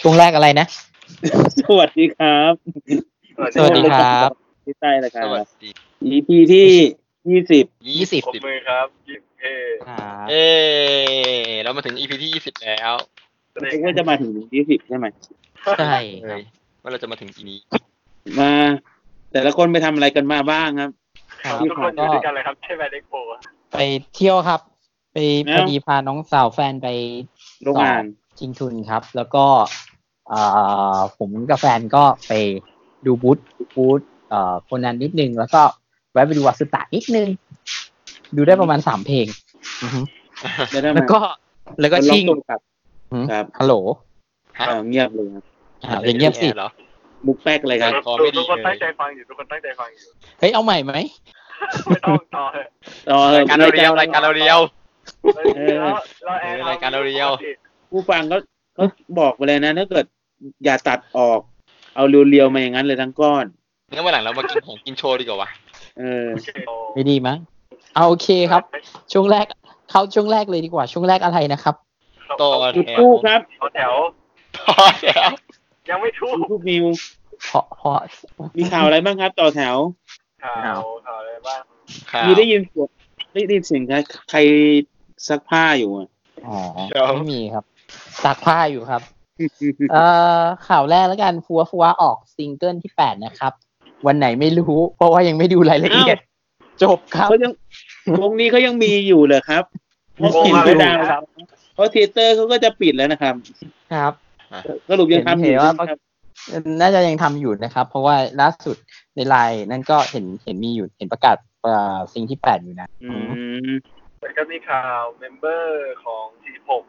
ช่วงแรกอะไรนะ สวัสดีครับ สวัสดีครับ พี่ใต้ละครั สวั บ สดี EP ที่ยี่สิบ ยี่สิบ ผมมือครับยิบเอ เอเรามาถึง EP ที่ยี่สิบแล้ว คิดว่าจะมาถึงยี่สิบใช่ไหม ใช่ค เอ้ รับ ยว่าเราจะมาถึงอีนี้ มา แต่ละคนไปทำอะไรกันมาบ้างครับ ครับ ทุกคนอ ก็ ยู่ด้วยกันเลยครับใช่ไหมเด็กโปอะ ไปเที่ยวครับ ไป แล้ พ ว อดีพาน้องสาวแฟนไป โรงงาน ชิงทุนครับ แล้วก็เอ่อผมกับแฟนก็ไปดูบูธบูธเอ่อคนนั้นนิดนึง แล้วก็แวะไปดูวัสุตะนิดนึง ดูได้ประมาณสามเพลงอือฮึ ได้ไหม แล้วก็แล้วก็ มันล็อ ชิ่ง ตัวกลับ อืม ครับ ฮัลโหล ฮะ อ้าวเงียบเลยครับ อ่าอย่างเงียบสิ เหรอ มุกแป๊กเลยครับ คอไม่ดีเลย ทุกคนตั้งใจฟังอยู่ทุกคนตั้งใจฟังอยู่ เฮ้ยเอาใหม่ไหม ไม่ต้องต่อเลย ต่อเถ รา อะ ยการเราเรียวรายการเราเรียว แล้วเราแอน รายการเราเรียว ผู้ฟังก็ก็บอกไปเลยนะถ้าเกิดอย่าตัดออก เอาเรียวๆมาอย่างนั้นเลยทั้งก้อน งั้นวันหลังเรามากินของกินโชว์ดีกว่าวะ เออ ไม่ดีมั้งเอาโอเคครับ ช่วงแรกเข้าช่วงแรกเลยดีกว่า ช่วงแรกอะไรนะครับ ต่อ จุด แถ ทู ว บครับ ต่อแถว ต่อแถว ยังไม่ทู จุดทูบนิว เพราะเพราะ มีข่าวอะไรบ้างครับ ต่อแถว ข่าวข่าวอะไรบ้าง ข่าว มีได้ยินเสียงได้ยินเสียงใครใครซักผ้าอยู่อ่ะ อ๋อไม่มีครับตากผ้าอยู่ ครับ เอ่อข่าวแรกแล้วกันฟัวฟัวออกซิงเกิลที่แปดนะครับ วันไหนไม่รู้ เพราะว่ายังไม่ดูรายละเอียด จบครับ เขายังวงนี้เขายังมีอยู่เหรอครับเพราะปิดไม่ดังครับเพราะเทเตอร์เขาก็จะปิดแล้วนะครับ ครับ สรุปยังทำอยู่ เห็น ใช่ ว่า ไหม เขา ครับ น่าจะยังทำอยู่นะครับ เพราะว่าล่าสุดในไลน์นั่นก็เห็นเห็นมีอยู่เห็นประกาศเอ่อซิงที่แปดอยู่นะ อืม แล้วก็มีข่าวเมมเบอร์ของ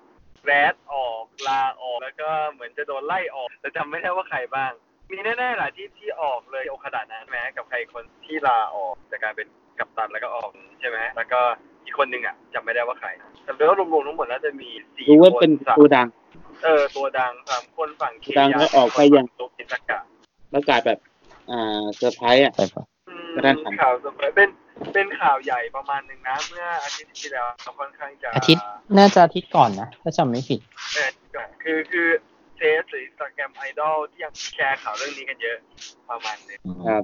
46แรดออกลาออกแล้วก็เหมือนจะโดนไล่ออกแต่จำไม่ได้ว่าใครบ้าง มีแน่ๆแหละที่ที่ออกเลยโอคาดานะแม้กับใครคนที่ลาออกจากการเป็นกัปตันแล้วก็ออกใช่ไหมแล้วก็อีกคนหนึ่งอ่ะจำไม่ได้ว่าใครนะแต่แล้วารวมๆทั้งหมดแล้วจะมีสี่ รู้ว่า ค เป็น นสาม ตัวดัง เออตัวดังสามคนฝั่งเค ดังก็ออกไปอย่าง ตุกติสกะ ประกาศแบบ อ่าเซอร์ไพรส์อ่ะ ใช่ปะ อืม ก็ได้ครับ ข่าวเสมอเป็นเป็นข่าวใหญ่ประมาณหนึ่งนะเมื่ออาทิตย์ที่แล้วค่อนข้างจะ อาทิตย์น่าจะอาทิตย์ก่อนนะถ้าจำไม่ผิด เออคือคือเทสหรือ Instagram ไอดอลที่ยังแชร์ข่าวเรื่องนี้กันเยอะประมาณหนึง ครับ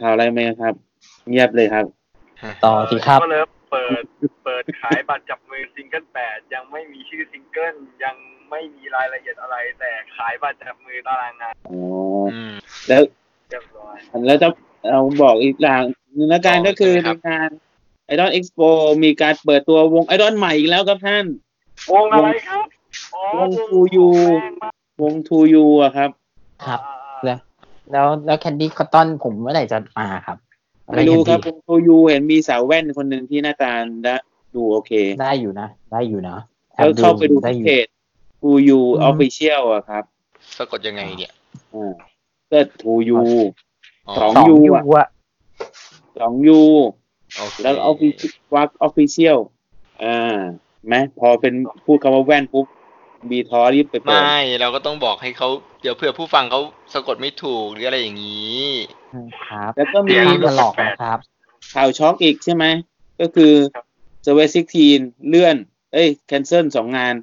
ข่าวอะไรไหมครับ เงียบเลยครับ ต่อสิครับ ก็เริ่มเปิดเปิดขายบัตรจับมือซิงเกิลแปดยังไม่มีชื่อซิงเกิลยังไม่มีรายละเอียดอะไร แต่ขายบัตรจับมือตารางงาน อ๋อ อืม แล้ว เรียบร้อย แล้วจะเอาบอกอีกอย่างหนึ่งละกัน ต่อเลย ก็คือ ใช่ไหมครับ ในงานไอดอลเอ็กซ์โปมีการเปิดตัววงไอดอลใหม่อีกแล้วครับท่าน วงอะไรครับอ๋อ วง 2U แม่งมาก วงทูยูอะครับ ครับ แล้วแล้วแคนดี้คอตตอนผมเมื่อไหร่จะมาครับ ไม่รู้ครับ อะ คุณครูยูเห็นมีสาวแว่นคนหนึ่งที่หน้าตาดะดูโอเค แคนดี้ได้อยู่นะ ได้อยู่นะแอ แล้ว บ เข้าไปดู ได้ ที่ อยู่ เพจครูยู อืม ออฟฟิเชียลอะครับ สะกดยังไงเนี่ย อ่าก็ทูยู อ๋อ สอง สอง U ยู อะ อะ สองยู โอเค แล้วออฟฟิวักออฟฟิเชียลอ่าไหมพอเป็นพูดคำว่าแว่นปุ๊บบีทอรีบไปเปิด ไม่เราก็ต้องบอกให้เขาเดี๋ยวเผื่อผู้ฟังเขาสะกดไม่ถูกหรืออะไรอย่างนี้ ครับ แล้วก็มี มีมาหลอกนะครับ ข่าวช็อกอีกใช่ไหม ก็คือเซเวสิกทีนเลื่อน เอ้ยแคนเซิลสองงาน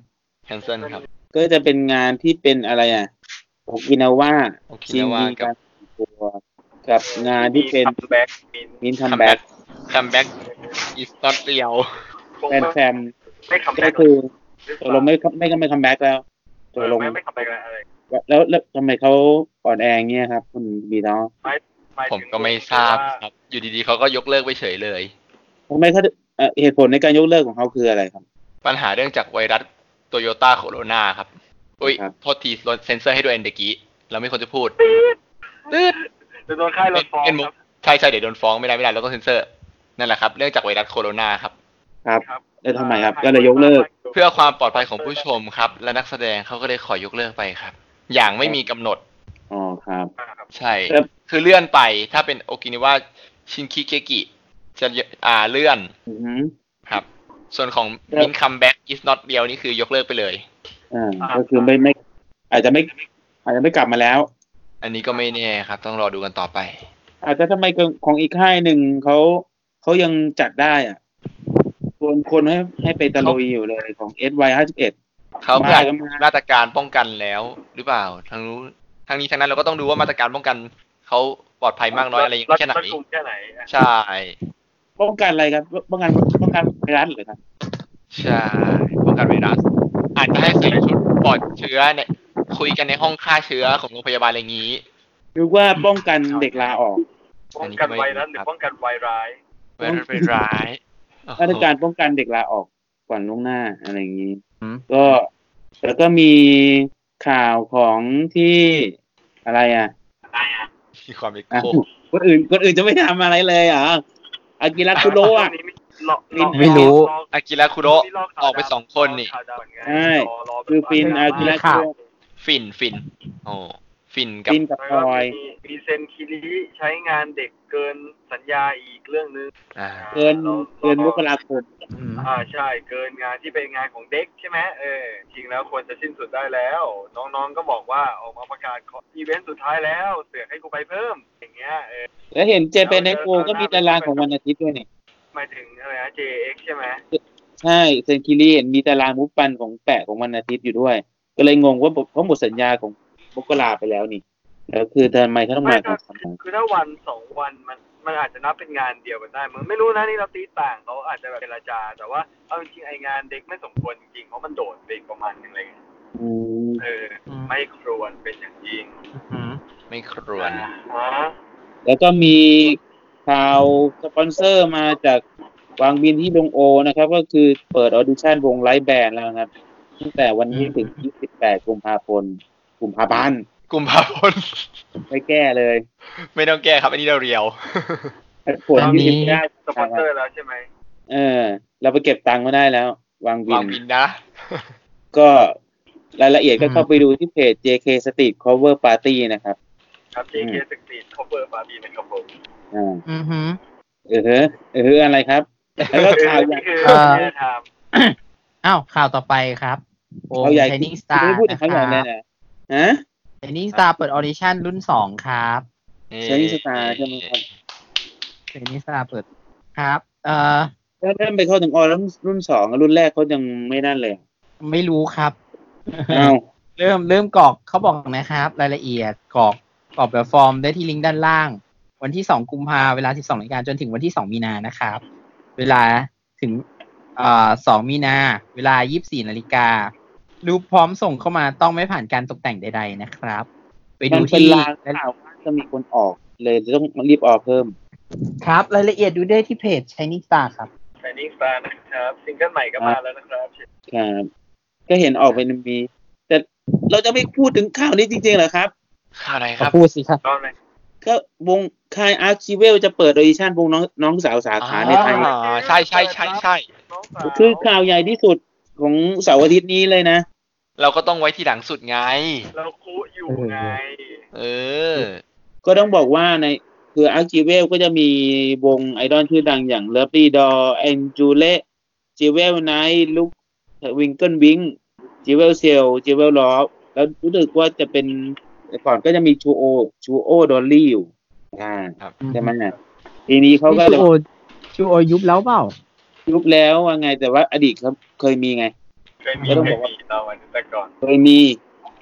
แคนเซิลครับ ก็จะเป็นงานที่เป็นอะไรอ่ะโอกินาว่า โอกินาวากับ ตัวกับงานที่เป็น มีคัมแบ็กมี มินทัมแบ็ก คัมแบ็กอีสตอเรียว แฟนแฟม ไม่คัมแบ็ ก็ ก คือตกลงไม่ไม่ก็ไม่คัมแบ็กแล้วต เอก อ ลง ไม่ไม่ขับไปกันอะไร แล้วแล้วทำไมเขาอ่อนแออย่างเงี้ยครับ คุณบีน้อง หาย ผม ถึง ก็ไม่ทราบครับ อยู่ดีๆเขาก็ยกเลิกไปเฉยเลย ทำไมเขาเอ่อเหตุผลในการยกเลิกของเขาคืออะไรครับ ปัญหาเรื่องจากไวรัสโตโยต้าโคโรนาครับ อุ้ย ครับ โทษทีเซนเซอร์ให้ด้วยเอนเดกี้ เราไม่ควรจะพูด จะโดนค่ายรถฟ้อง เป็น ค มุ รั ก บ ใช่ใช่เดี๋ยวโดนฟ้องไม่ได้ไม่ได้เราต้องเซ็นเซอร์ นั่นแหละครับ เรื่องจากไวรัสโคโรนาครับ ครับ แล้วทำไมครับ ก็เลยยกเลิก เพื่อความปลอดภัยของผู้ชมครับ และนักแสดงเขาก็เลยขอยกเลิกไปครับ อย่างไม่มีกำหนด อ๋อครับ ครับ ใช่ ครับ คือเลื่อนไป ถ้าเป็นโอกินว่าชินคิเกกิ จะอ่าเลื่อน อือหือ ครับ ส่วนของ ครับ มินคัมแบ็กอีสนอตเดียวนี่คือยกเลิกไปเลย อ่าก็คือไม่ไม่ อาจจะไม่ อาจจะไม่กลับมาแล้ว อันนี้ก็ไม่แน่ครับ ต้องรอดูกันต่อไป อาจจะทำไมของอีกค่ายหนึ่งเขาเขายังจัดได้อ่ะชวนคนให้ให้ไปตะลุยอยู่เลยของ S Y ห้าสิบเอ็ด เขา มา จัด แล้วมา มาตรการป้องกันแล้วหรือเปล่าทางรู้ทางนี้ทางนั้นเราก็ต้องดูว่ามาตรการป้องกันเขาปลอดภัยมากน้อยอะไร รัด แค่ไหน รัดกุมแค่ไหนอ่ะ ใช่ ป้องกันอะไรครับป้องกันป้องกันไวรัสเหรอครับ ใช่ป้องกันไวรัสอาจจะให้ใส่ชุดปลอดเชื้อเนี่ยคุยกันในห้องฆ่าเชื้อของโรงพยาบาลอะไรอย่างนี้ หรือว่าป้องกันเด็กลาออก อั ป้อน ง นี้ กัน ไม่ ไวรัสหรื ค อ รับ ป้องกันไวรัส ไวรัสเป็นร้ายโอ้ โหมาตรการป้องกันเด็กลาออกก่อนล่วงหน้าอะไรอย่างนี้ อืม ก็แล้วก็มีข่าวของที่อะไรอ่ะ มีความเป็น อ่ะ โคก คนอื่นคนอื่นจะไม่ทำอะไรเลยเหรอ่ะอากิระคุโรอ่ะ ช่วงนี้ลอกลอก ไม่รู้ ลอก อากิระคุโระ ลข่าว ออกไปสองคนนี่ ลอกข่าวดาวเหมือนกัน ใช่ รรแบบ คือฟินอากิระ ข่าว ฟินฟินโอ้ฟินกับ กินกับ แล้ว พล ก็ อย มีมีเซนคิริใช้งานเด็กเกินสัญญาอีกเรื่องนึง อ่า เกินเกินมกราคม อืม อ่าใช่เกินงานที่เป็นงานของเด็กใช่ไหมเออจริงแล้วควรจะสิ้นสุดได้แล้ว น้องๆก็บอกว่าออกมาประกาศขออีเวนต์สุดท้ายแล้วเสือกให้กูไปเพิ่ม อย่างเงี้ยเออ แล้วเห็นเจเปนเอ็กโก็มีตารางของวันอาทิตย์ด้วยเนี่ย หมายถึงอะไรนะ JX ใช่ไหม ใช่เซนคิรีเห็นมีตารางมุฟปันของแปะของวันอาทิตย์อยู่ด้วย ก็เลยงงว่าเขาหมดสัญญาของมกราไปแล้วนี่แล้วคือทำไมเขาต้องมาของสาม คือถ้าวันสองวันมันมันอาจจะนับเป็นงานเดียวกันได้มึงไม่รู้นะนี่เราตีต่างเขาอาจจะแบบเจรจา แต่ว่าเอาจริงๆไองานเด็กไม่สมควรจริงเพราะมันโดดเด็กประมาณนึงเลย อืม เออไม่ควรเป็นอย่างยิ่ง อืม ไม่ครวญ ฮะ แล้วก็มีข่าวสปอนเซอร์มาจากวางบินที่ลงโอนะครับ ก็คือเปิดออดิชั่นวงไลฟ์แบนด์แล้วนะครับตั้งแต่วันนี้ถึง 28 กุมภาพันธ์กุมภาพันธ์ กุมภาพันธ์ ไม่แก้เลย ไม่ต้องแก้ครับ อันนี้เราเรียว ผล ตอนนี้ ยี่สิบเก้า สปอนเซอร์แล้วใช่ไหม เออ เราไปเก็บตังค์มาได้แล้ว วางบิ วาน งบินนะ ก็รายละเอียดก็เข้าไปดูที่เพจ JK Street Cover Party นะครับ ครับ JK สกรีน cover บาร์บี้นะครับผม อ่า อืมอืม เออเฮ้อเออเฮ้ออะไรครับ แล้วก็ข่าวใหญ่ คือ เอ่อ คือทำ อ้าวข่าวต่อไปครับโอ้ ข่าวใหญ่ ไทนิ่งสตา คุร์ณไม่พูดถึ นะ ง ครั ข่าวใหญ่เลย บ นะฮะ ไทนิ่งสตาร์เปิดออดิชั่นรุ่นสองครับ เชอรี่สตาร์ใช่ไหมครับ ไทนิ่งสตาร์เปิดครับ เอ่อ ถ้าเริ่มไปเข้าถึงออรุ่นรุ่นสองอะรุ่นแรกเขายังไม่นั่นเลยอะ ไม่รู้ครับ อ้าว เริ่มเริ่มกรอกเขาบอกนะครับ รายละเอียดกรอกกรอกแบบฟอร์มได้ที่ลิงก์ด้านล่าง วันที่ 2 กุมภาเวลา 12นาฬิกาจนถึงวันที่ 2 มีนานะครับ เวลาถึงเอ่อ2มีนาเวลา 24นาฬิการูปพร้อมส่งเข้ามาต้องไม่ผ่านการตกแต่งใด ๆนะครับ ไป มั ดู นเป็น ที่ ลางข่าวว่าจะมีคนออกเลยต้องรีบออกเพิ่ม ครับ รายละเอียดดูได้ที่เพจ Shining Star ครับ ไทนิ่งสตาร์นะครับซิงเกิลใหม่ก็มาแล้วนะครับ ครับ ก็เห็นออกเป็นมี แต่เราจะไม่พูดถึงข่าวนี้จริงๆเหรอครับ ข่าวไหนค ขอ รับ พูดสิครับ ตอนไหน ก็วงคายอาร์คิเวลจะเปิดออดิชั่นวงน้องน้องสาวสาขาในไทย อ๋อใช่ใช่ใช่ใช่ น้องสาว คือข่าวใหญ่ที่สุดของเสาร์อาทิตย์นี้เลยนะ เราก็ต้องไว้ที่หลังสุดไง เราคุอยู่ไง เออ ก็ต้องบอกว่าในคืออาร์คิเวลก็จะมีวงไอดอลชื่อดังอย่างเลิฟลี่ดอแองจูเลจิเวลไนท์ลุกวิงเกิลวิงจิเวลเซลจิเวลลอฟแล้วรู้สึกว่าจะเป็นแต่ก่อนก็จะมีชูโอชูโอดอลลี่อยู่อ่าใช่ไหมอ่ะทีนี้เขาก็ นี่ จะ ชูโอชูโอยุบแล้วเปล่า ยุบแล้วว่าไงแต่ว่าอดีตเขาเคยมีไง เคยมี ก็ต้อง เค บอย กว่า มีตอนวันแต่ก่อน เคยมี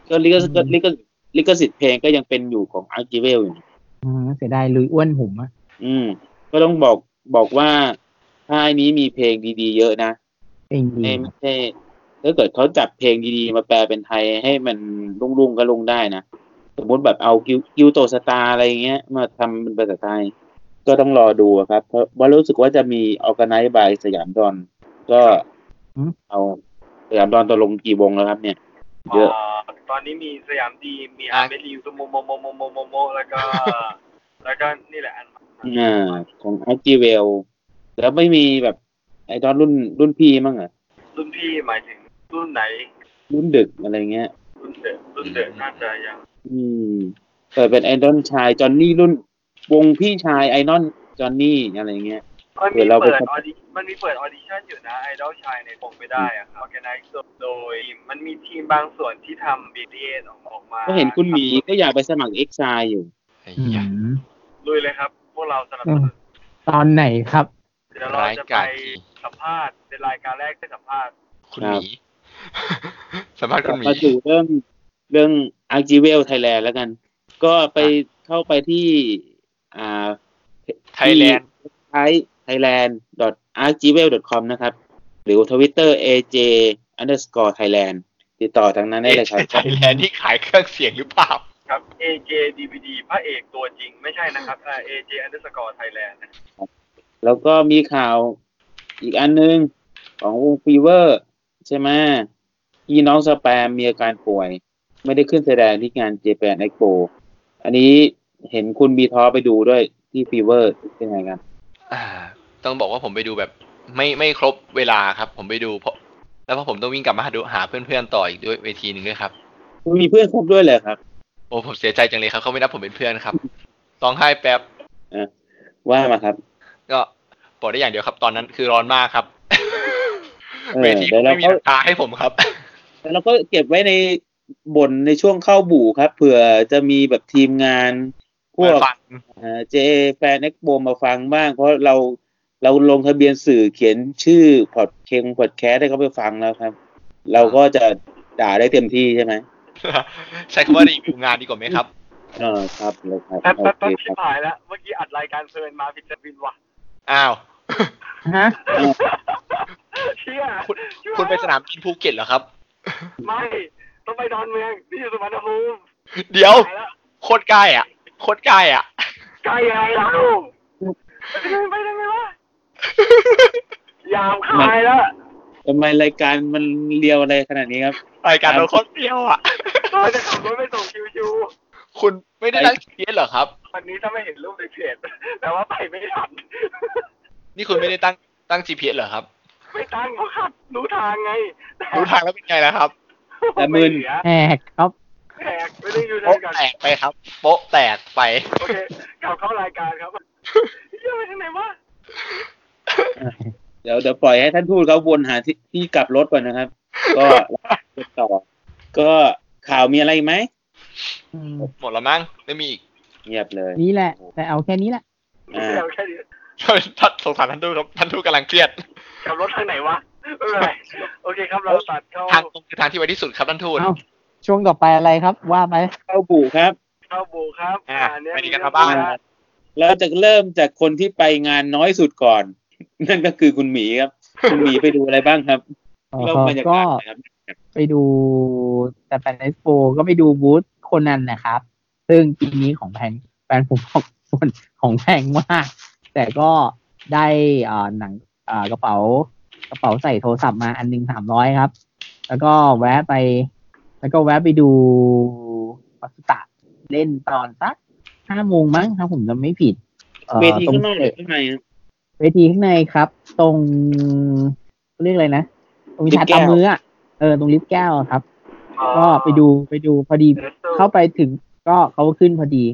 ก็ลิขสิท อื ธิ์ ม ลิขสิทธิ์ลิขสิทธิ์เพลงก็ยังเป็นอยู่ของอาร์กิเวลอยู่ อืมเสียดายลุยอ้วนหุ่มอะ อืม ก็ต้องบอกบอกว่าค่ายนี้มีเพลงดีๆ เยอะนะ เองดี ไม่ไม่ใช่ถ้าเกิดเขาจับเพลงดีๆ มาแปลเป็นไทยให้มันรุ่งๆก็ลงได้นะ สมมติแบบเอากิวกิวโตสตาร์อะไรอย่างเงี้ย มาทำเป็นภาษาไทย ก็ต้องรอดูอะครับ เพราะว่ารู้สึกว่าจะมีออ g a ไน z ์บายสยามดอน ก็เอาสยามดอนตกลงกี่วงแล้วครับเนี่ย เยอะ าตอนนี้มีสยามดีมมี อ่ะ อาร์เมรีตุโมโมโมโมโมโมโมแล้ว ก็ แล้วก็นี่แหละอันใหม่ อ่า ของอาร์จีเวล แล้วไม่มีแบบไอดอลรุ่นรุ่นพี่มั้งเหรอ รุ่นพี่หมายถึงรุ่นไหน รุ่นดึกอะไรเงี้ย รุ่นเดอะรุ่นเดอะน่าจะยัง อืมเปิดเป็นไอดอลชายจอนนี่รุ่น วงพี่ชายไอดอลจอนนี่อะไรเงี้ย มัน เดี๋ยมีวเราไป เปิดออดิมันมีเปิดออดิชั่นอยู่นะไอดอลชายในผมไม่ได้อะครับ organize โดยมันมีทีมบางส่วนที่ทำ BTS ออกออกมา ก็เห็นคุณหมีก็อยากไปสมัครเอ็กซายอยู่ ไอ้ อื ยะ ม ลุยเลยครับ พวกเราสนับสนุน ตอนไหนครับ เดี๋ยวเราจะไป รายการที่ สัมภาษณ์เป็นรายการแรกที่สัมภาษณ์ คุณหมี สัมภาษณ์ ก คุ ลั ณ บ หมี มาสู่เรื่องเรื่อง a r g i v e l Thailand แล้วกัน ก็ไปเข้าไปที่อ่า Thailand ไ thailand a r g i v e l com นะครับ หรือ Twitter aj underscore Thailand ติดต่อทางนั้นได้เลยครับ ไทยแลนด์ที่ขายเครื่องเสียงหรือเปล่า ครับ AJ DVD พระเอกตัวจริงไม่ใช่นะครับอ่า AJ underscore Thailand แล้วก็มีข่าวอีกอันหนึง ของวงฟีเวอร์ ใช่ไหมพี่น้องสแปมมีอาการป่วย ไม่ได้ขึ้นแสดงที่งานเจแปนเอ็กโปอันนี้เห็นคุณบีทอไปดูด้วยที่ฟีเวอร์เป็นไงกัน อ่า ต้องบอกว่าผมไปดูแบบ ไม่ไม่ครบเวลาครับ ผมไปดูเพราะ แล้วเพราะผมต้องวิ่งกลับมาหาดูหาเพื่อนๆต่ออีกด้วยเวทีหนึ่งด้วยครับ มีเพื่อนคบด้วยเลยครับ โอ้ผมเสียใจจังเลยครับเขาไม่นับผมเป็นเพื่อนครับร้องไห้แป๊บ ว่ามาครับ ก็บอกได้อย่างเดียวครับ ตอนนั้นคือร้อนมากครับ เออ เวที เดี๋ยวเรา ไม่มีหลังคาให้ผมครับ แล้วเราก็เก็บไว้ในบนในช่วงเข้าบู่ครับ เผื่อจะมีแบบทีมงานพวก ฟัง เจแฟนเอ็กโบมาฟังบ้าง เพราะเราเราลงทะเบียนสื่อเขียนชื่อพอดเคงพอดแคสต์ให้เขาไปฟังแล้วครับ เราก็จะด่าได้เต็มที่ใช่ไหม ใช้คำว่ารีวิวงานดีกว่าไหมครับ เออครับเลยครับ แป๊บ โอ แป๊บ เค แป๊บ ค ชิ รั บบ หายแล้ว เมื่อกี้อัดรายการเพลินมาผิดจัดวินว่ะ อ้าว ฮะ เชี่ย ณ คุณไปสนามบินภูเก็ตเหรอครับ ไม่ต้องไปดอนเมืองนี่อยู่สุวรรณภูมิ เดี๋ยว ตายแล้ว โคตรใกล้อ่ะโคตรใกล้อ่ะ ไกลยังไงเราไปได้ไหมวะยามคายแล้ว ทำไมรายการมันเลียวอะไรขนาดนี้ครับ รายการเราโคตรเปรี้ยวอ่ะ เราจะขับรถไปส่งชิว คุณไม่ได้นั่งเทียนเหรอครับ ๆวันนี้ถ้าไม่เห็นรูปในเพจแต่ว่าไปไม่ทัน นี่คุณไม่ได้ตั้งตั้ง GPS เหรอครับ ไม่ตั้งเขาขับรู้ทางไงแต่ รู้ทางแล้วเป็นไงล่ะครับ แต่มึน ไเหลือ แหกครับ แตกไม่ได้อยู่ใน โป๊ะ กัน แตกไปครับโป๊ะแตกไป โอเคกลับเข้ารายการครับเหี้ยังไปทางไหนวะ เดี๋ยวเดี๋ยวปล่อยให้ท่านทูตเขาวนหาที่ที่กลับรถก่อนนะครับ ก็ ต่อ ก็ข่าวมีอะไรอีกไหม อืม หมดแล้วมั้งไม่มีอีก เงียบเลย นี่แหละ แต่เอาแค่นี้แหละ อ่า เอาแค่นี้ ท่านสงสารท่านทูตครับท่านทูตกำลังเครียด กลับรถทางไหนวะไม่เป็นไรโอเคครับเราตัดเข้า ทางตรงคือทางที่ไวที่สุดครับท่านทูต เอาช่วงต่อไปอะไรครับ ว่าไป เข้าบู่ครับ เข้าบูครับ อ่ะ อัเย ไปดีกันครับบ้าน เราจะเริ่มจากคนที่ไปงานน้อยสุดก่อน นั่นก็คือคุณหมีครับ คุณหมีไปดูอะไรบ้างครับ อ๋อ เริ่มบรรยากา ก็ ศนะครับ ไปดูแต่แฟนเอ็กโปก็ไปดูบูธโคนนันนะครับ ซึ่งปีนี้ของแพงแฟนผมบอกส่วนของแพงมาก แต่ก็ได้อ่าหนังอ่ากระเป๋ากระเป๋าใส่โทรศัพท์มาอันหนึ่งสามร้อยครับ แล้วก็แวะไป แล้วก็แวะไปดูวัสตะเล่นตอนสักห้าโมงมั้งถ้าผมจำไม่ผิดอ่อ เวทีข้างนอกหรือข้างในครับ เวทีข้างในครับ ตรงเรียกอะไรนะ ตรง ลิฟ ชา ต์แก้ ตาว มืออ่ะเออตรงลิฟต์แก้วอะครับ ก็ไปดูไปดูพอดี เข้าไปถึงก็เขาขึ้นพอดี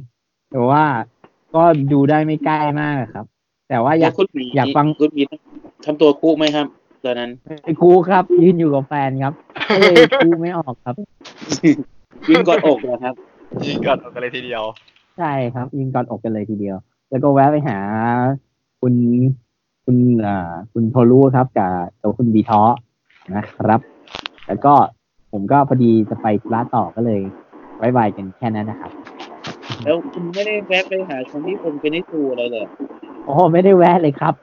แต่ว่าก็ดูได้ไม่ใกล้มากอะครับ แต่ว่าอ แล้ ยาว ก คุณหมี อยากฟัง คุณหมีทำตัวคู่ไหมครับ ตอนนั้น ไปครูครับ ยืนอยู่กับแฟนครับก็เลยครูไม่ออกครับ ยืนกอดอกนะครับ ยิงก่อนเอากันเลยทีเดียว ใช่ครับ ยิงกอดอกกันเลยทีเดียว แล้วก็แวะไปหาคุณคุณอ่าคุณโทรุครับ กับตัวคุณบีท้อนะครับ แล้วก็ผมก็พอดีจะไปธุระต่อก็เลยบายบายกันแค่นั้นนะครับ แล้วคุณไม่ได้แวะไปหาคนที่คนเป็นนิสูอะไรเลย โอ้โหไม่ได้แวะเลยครับ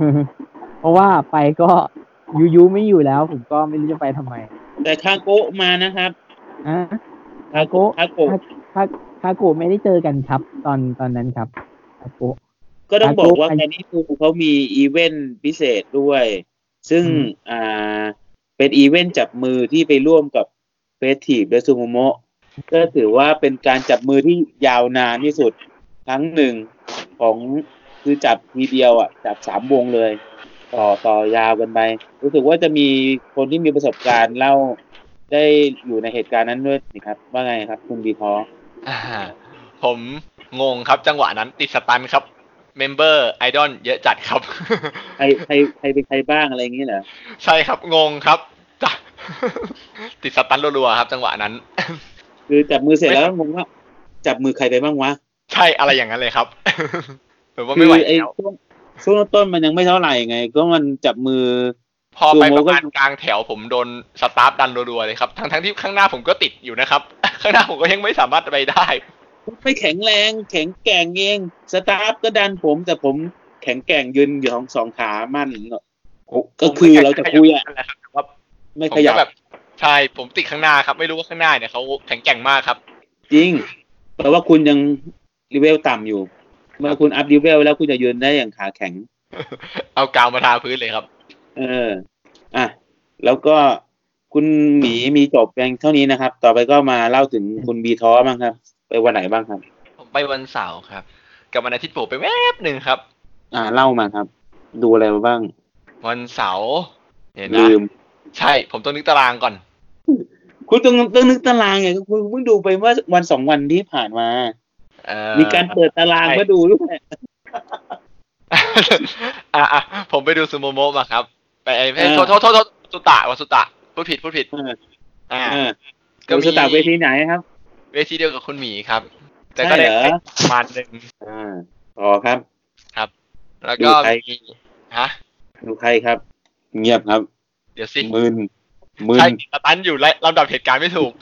เพราะว่าไปก็ยูยูไม่อยู่แล้ว ผมก็ไม่รู้จะไปทำไม แต่คาโกะมานะครับ อ่ะ คาโกะคาโกะ คาคาโกะไม่ได้เจอกันครับ ตอนตอนนั้นครับคาโกะ ก็ต้องบอกว่า คาโกะ แคนนิสูเขามีอีเวนต์พิเศษด้วย ซึ่งอ่าเป็นอีเวนต์จับมือที่ไปร่วมกับเฟสทีฟและซูโมโมะก็ถือว่าเป็นการจับมือที่ยาวนานที่สุดครั้งหนึ่งของคือจับทีเดียวอ่ะ จับสามวงเลย ต่อต่อยาวกันไป รู้สึกว่าจะมีคนที่มีประสบการณ์เล่าได้อยู่ในเหตุการณ์นั้นด้วยนะครับ ว่าไงครับ คุณบีพอ อ่าผมงงครับจังหวะนั้นติดสตันครับ เมมเบอร์ไอดอลเยอะจัดครับ ใครใครใครเป็นใครบ้างอะไรอย่างนี้เหรอ ใช่ครับงงครับ จ้ะ ติดสตันรัวๆครับ จังหวะนั้น คือจับมือเสร็จแล้วงงว่าจับมือใครไปบ้างวะ ใช่อะไรอย่างนั้นเลยครับ ผมว่า คื ไม่ไหว ไอ้ แล้ว ช่วงช่วงต้นมันยังไม่เท่าไหร่ไง ก็มันจับมือ พอไปประมาณกลางแถวผมโดนสตาฟดันรัวๆเลยครับ ทั้งทั้งๆที่ข้างหน้าผมก็ติดอยู่นะครับ ข้างหน้าผมก็ยังไม่สามารถไปได้ ไม่แข็งแรง แข็งแกร่งเองสตาฟก็ดันผม แต่ผมแข็งแกร่งยืนอยู่ของสองขามั่นก็คือเราจะคุยอะ ผมไม่ขยับนั่นแหลครับแต่ว่า ไม่ ผม ขยั ก็แบบ บใช่ ผมติดข้างหน้าครับ ไม่รู้ว่าข้างหน้าเนี่ยเขาแข็งแกร่งมากครับ จริงแปลว่าคุณยังรีเวลต่ำอยู่ เมื่อคุณอัพรีเวลแล้วคุณจะยืนได้อย่างขาแข็ง เอากาวมาทาพื้นเลยครับ เออ อ่ะ แล้วก็คุณหมีมีจบเพียงเท่านี้นะครับ ต่อไปก็มาเล่าถึงคุณบีท้อบ้างครับ ไปวันไหนบ้างครับ ผมไปวันเสาร์ครับ กับวันอาทิตย์ผมไปแวบหนึ่งครับ อ่า เล่ามาครับ ดูอะไรมาบ้าง วันเสาร์เดี๋ยวนะ ลืม ใช่ผมต้องนึกตารางก่อน คุณต้องต้องนึกตารางไงคุณเพิ่งดูไปเมื่อวันสองวันที่ผ่านมา เอ่อ มีการเปิดตาราง ใช่ มาดูด้วย อ่ะ อ่ะผมไปดูซูโมโมะมาครับ ไปไอ้ไม่โทษโทษโทษโทษสุตะวันสุตะพูดผิดพูดผิด เออ อ่า เออ ก็มี สตาร์ไปที่ไหนครับ เวทีเดียวกับคุณหมีครับ แต่ ใช่ ก็เหได้รอ ประมาณหนึ่ง อ่าต่อครับ แล้วก็ ดูใคร มีฮะ ดูใครครับ เงียบครับ เดี๋ยวสิ มึนมึน ใช่สตันอยู่และลำดับเหตุการณ์ไม่ถูก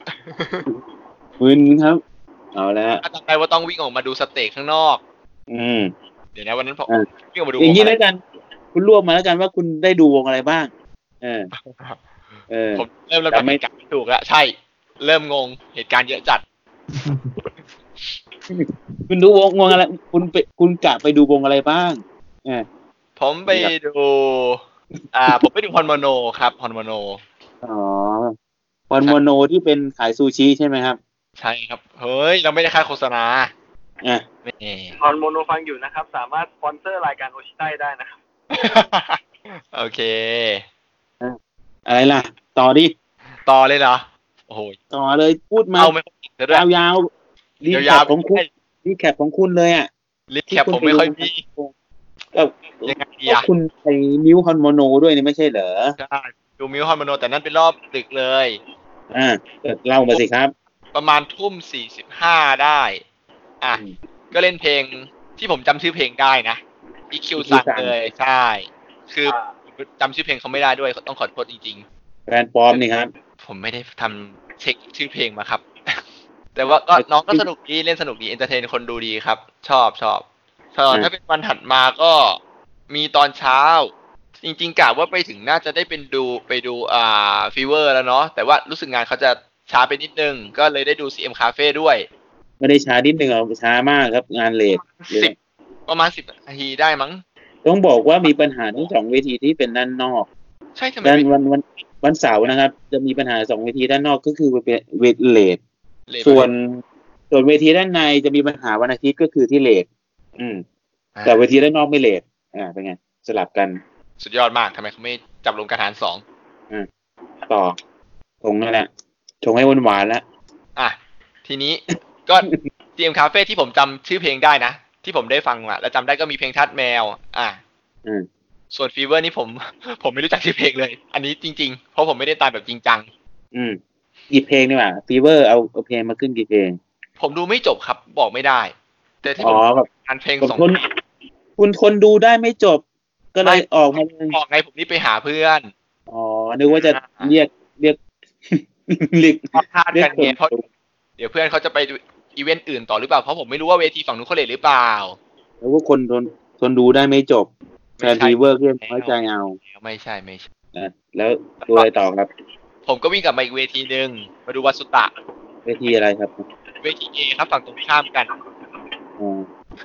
มึนครับ เอาแล้ว อาจารย์ไปว่าต้องวิ่งออกมาดูสเต็กข้างนอก อืม เดี๋ยวนะวันนั้นผม เออ วิ่งออกมาดู อย่างนี้แล้วกัน คุณรวบมาแล้วกันว่าคุณได้ดูวงอะไรบ้าง เออ เออ ผมเริ่มลำดับ จำไม่ เหตุการณ์ไม่ถูกแล้วใช่ เริ่มงงเหตุการณ์เยอะจัด คุณดูวงวงอะไร คุณไปคุณกะไปดูวงอะไรบ้าง เออ ผมไป ครับ ดู อ่า ผมไปดูฮอนโมโนครับฮอนโมโน อ๋อวันโมโนที่เป็นขายซูชิใช่ไหมครับ ใช่ครับ เฮ้ย เราไม่ได้ค่าโฆษณา อ่ะ แหม่ต อนโมโนฟังอยู่นะครับ สามารถสปอนเซอร์รายการโอชิไต้ได้นะครับ โอเค อะไรล่ะ ต่อดิ ต่อเลยเหรอ โอ้โห ต่อเลยพูดมา เอาไม่ค่อยติดแล้วด้วย ยาวยาวๆรีแค ยาว ปของคุณรีแคปของคุณเลยอ่ะ ลิปแคปผมไม่ค่อยมี ก็ ยังไงดี ก็ อะ คุณไปมิวคอนโมโนด้วยนี่ไม่ใช่เหรอ ใช่ดูมิวฮอนโมโนแต่นั่นเป็นรอบดึกเลย อ่าเล่ามาสิครับ ประมาณทุ่มสี่สิบห้าได้ อ่ะ อืม ก็เล่นเพลงที่ผมจำชื่อเพลงได้นะ EQ สั่ง EQ เลย ใช่ คือจำชื่อเพลงเขาไม่ได้ด้วยต้องขอโทษจริง แฟนปลอมนี่ครับ ๆ ผมไม่ได้ทำเช็คชื่อเพลงมาครับ แต่ว่าก็น้องก็สนุกดีเล่นสนุกดีเอนเตอร์เทนคนดูดีครับ ชอบชอบตอน อืม ถ้าเป็นวันถัดมาก็มีตอนเช้า จริงๆกะว่าไปถึงน่าจะได้เป็นดูไปดูอ่าฟีเวอร์แล้วเนาะแต่ว่ารู้สึกงานเขาจะช้าไปนิดนึง ก็เลยได้ดู CM Cafe ด้วย ไม่ได้ช้านิดนึงหรอกช้ามากครับ งานเลท สิบประมาณสิบนาทีได้มั้ง ต้องบอกว่ามีปัญหาทั้งสองเวทีที่เป็นด้านนอก ใช่ทำไม ด้าน ไม่ วันวันวันเสาร์นะครับ จะมีปัญหาสองเวทีด้านนอกก็คือเป็นเวทเลท เลท ส่วนส่วนเวทีด้านในจะมีปัญหาวันอาทิตย์ก็คือที่เลทอืม แต่เวทีด้านนอกไม่เลทอ่าเป็นไง สลับกัน สุดยอดมากทำไมเขาไม่จับลงกระถานสอง ต่อชงนั่นแหละชงให้หวานๆแล้ว อ่ะ ทีนี้ ก็ CM Cafe ที่ผมจำชื่อเพลงได้นะ ที่ผมได้ฟังอ่ะ แล้วจำได้ก็มีเพลงทัดแมว อ่ะ อืม ส่วนฟีเวอร์นี่ผม ผมไม่รู้จักชื่อเพลงเลย อันนี้จริง ๆ เพราะผมไม่ได้ตามแบบจริงจัง อืมกี่เพลงดีกว่าฟีเวอร์เอาเอาเพลงมาขึ้นกี่เพลง ผมดูไม่จบครับบอกไม่ได้ แต่ที่ อ๋ ผ อ ม แบบ อ่านเพลง ผม สอง ทนคุณทนดูได้ไม่จบ ก็เลยออกมาเลย บอกไงผมนี่ไปหาเพื่อน อ๋อ นึกว่าจะเรียกเรียก เรียก พอพลาด เรีย กั ก น คน ไงเพราะ เดี๋ยวเพื่อนเขาจะไปดูอีเวนต์อื่นต่อหรือเปล่า เพราะผมไม่รู้ว่าเวทีฝั่งนู้นเขาเลทหรือเปล่า แล้วว่าคนทนทนดูได้ไม่จบแฟ ไม่ น ใช่ ฟีเวอร์เพื่อนน้อยใจเอา ไม่ใช่ไม่ใช่ นะแล้วตัวอะไรต่อครับ ผมก็วิ่งกลับมาอีกเวทีหนึ่งมาดูวัดสุตะ เวทีอะไรครับ เวทีเอครับฝั่งตรงข้ามกัน อ๋อ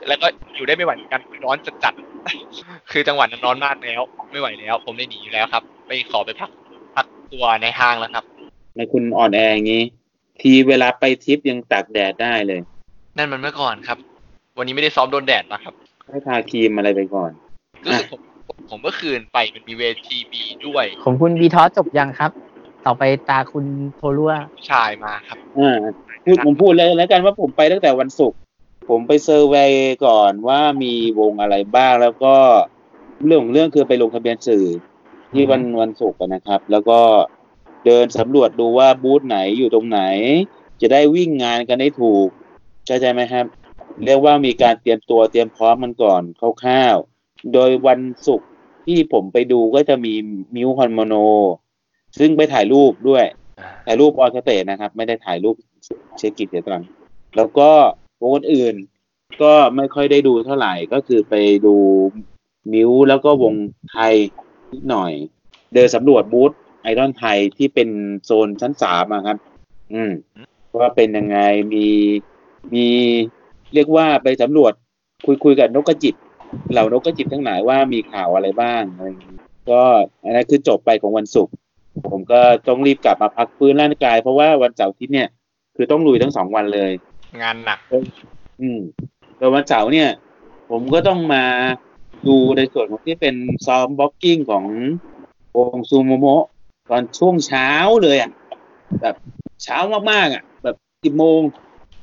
แล้วก็อยู่ได้ไม่ไหวเหมือนกันร้อนจัดจัดๆ คือจังหวัดนั้นร้อนมากแล้ว ไม่ไหวแล้ว ผมได้หนีอยู่แล้วครับ ไปขอไปพักพักตัวในห้างแล้วครับ ในคุณอ่อนแออย่างนี้ ทีเวลาไปทริปยังตากแดดได้เลย นั่นมันเมื่อก่อนครับ วันนี้ไม่ได้ซ้อมโดนแดดมาครับ ให้ทาครีมอะไรไปก่อน รู้สึกผมผมเมื่อคืนไปมันมีเวทีบีด้วย ของคุณบีทอสจบยังครับ ต่อไปตาคุณโทรัว ผู้ชายมาครับ อ่าพูดผมพูดเลยแล้วกันว่าผมไปตั้งแต่วันศุกร์ผมไปเซอร์เวยก่อนว่ามีวงอะไรบ้างแล้วก็เรื่องของเรื่องคือไปลงทะเบียนสื่อ ที่วันวันศุกร์อะนะครับ แล้วก็เดินสำรวจดูว่าบูธไหนอยู่ตรงไหน จะได้วิ่งงานกันได้ถูกเข้าใจไหมครับ เรียกว่ามีการเตรียมตัวเตรียมพร้อมมันก่อนคร่าวๆโดยวันศุกร์ ที่ผมไปดูก็จะมีมิวคอนโมโน ซึ่งไปถ่ายรูปด้วย ถ่ายรูปออนสเตจนะครับ ไม่ได้ถ่ายรูปเชยร์กิจเสียตรังแล้วก็วงอื่นๆก็ไม่ค่อยได้ดูเท่าไหร่ก็คือไปดูมิวแล้วก็วงไทยนิดหน่อย เดินสำรวจบูธไอดอลไทยที่เป็นโซนชั้นสามอะครับ อืมว่าเป็นยังไงมีมีเรียกว่าไปสำรวจคุยคุยกับนกกระจิบเหล่านกกระจิบทั้งหลายว่ามีข่าวอะไรบ้างอะไรอย่างงี้ก็อันนั้นคือจบไปของวันศุกร์ ผมก็ต้องรีบกลับมาพักฟื้นร่างกาย เพราะว่าวันเสาร์อาทิตย์เนี่ย คือต้องลุยทั้งสองวันเลย งานหนัก อืมโดยวันเสาร์เนี่ย ผมก็ต้องมาดูในส่วนของที่เป็นซ้อมบ็อกกิ้งของวงซูโมโมะตอนช่วงเช้าเลยอะ่ะ แบบเช้ามากๆอะ่ะ แบบสิบโมง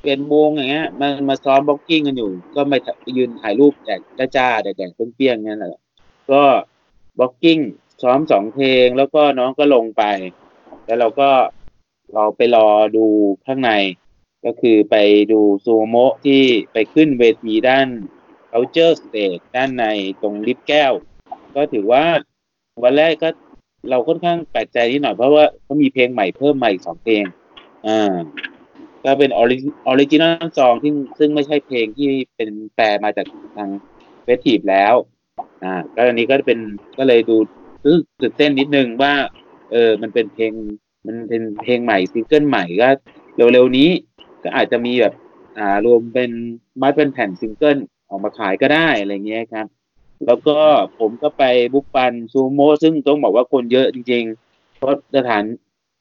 เป็นโมงอย่างเงี้ยมันมาซ้อมบ็อกกิ้งกันอยู่ ก็ไปยืนถ่ายรูปแดดจ้าๆแดดแดดเปรี้ยงๆเนี่ยแหละ ก็บ็อกกิ้งซ้อมสองเพลงแล้วก็น้องก็ลงไป แล้วเราก็เราไปรอดูข้างใน ก็คือไปดูซูโมะที่ไปขึ้นเวทีด้าน culture stage ด้านในตรงลิฟต์แก้ว ก็ถือว่าวันแรกก็เราค่อนข้างแปลกใจนิดหน่อยเพราะว่าเขามีเพลงใหม่เพิ่มมาอีกสองเพลง อ่า ก็เป็นออริจินอลซองที่ซึ่งไม่ใช่เพลงที่เป็นแปลมาจากทางเฟสทีฟแล้ว อ่าก็อันนี้ก็เป็นก็เลยดูรู้สึกตื่นเต้นนิดนึงว่า เออ มันเป็นเพลง มันเป็นเพลงใหม่ซิงเกิลใหม่ก็เร็วๆนี้ ก็อาจจะมีแบบ อ่ารวมเป็นมัดเป็นแผ่นซิงเกิลออกมาขายก็ได้อะไรเงี้ยครับ แล้วก็ผมก็ไปบุกปันซูโม่ซึ่งต้องบอกว่าคนเยอะจริงๆ เพราะสถาน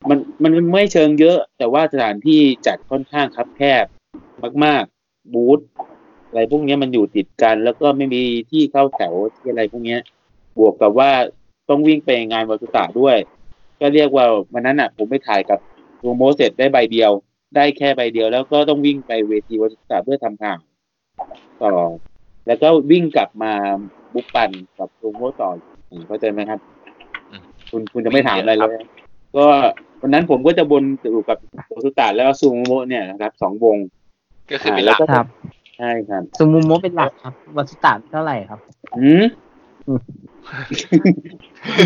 มันมันไม่เชิงเยอะ แต่ว่าสถานที่จัดค่อนข้างคับแคบมากๆ บูธอะไรพวกเนี้ยมันอยู่ติดกัน แล้วก็ไม่มีที่เข้าแถวที่อะไรพวกเนี้ย บวกกับว่าต้องวิ่งไปงานวัตุตะด้วย ก็เรียกว่าวันนั้นอ่ะ ผมไปถ่ายกับรูโมเสร็จได้ใบเดียว ได้แค่ใบเดียว แล้วก็ต้องวิ่งไปเวทีวัตุตะเพื่อทำข่าวต่อ แล้วก็วิ่งกลับมาบุกปันกับรูโมต่ออืมเข้าใจไหมครับ อืม คุณคุณจะไม่ถามอะไรเลยนะก็วันนั้นผมก็จะบนอยู่กับวัตุตะแล้วซูโมเนี่ยนะครับสองวง ก็คือเป็นหลัก แล้วก็ ครับ ใช่ครับ ซูมูโมะเป็นหลักครับวัตสตาร์ทเท่าไหร่ครับ หืม คุณ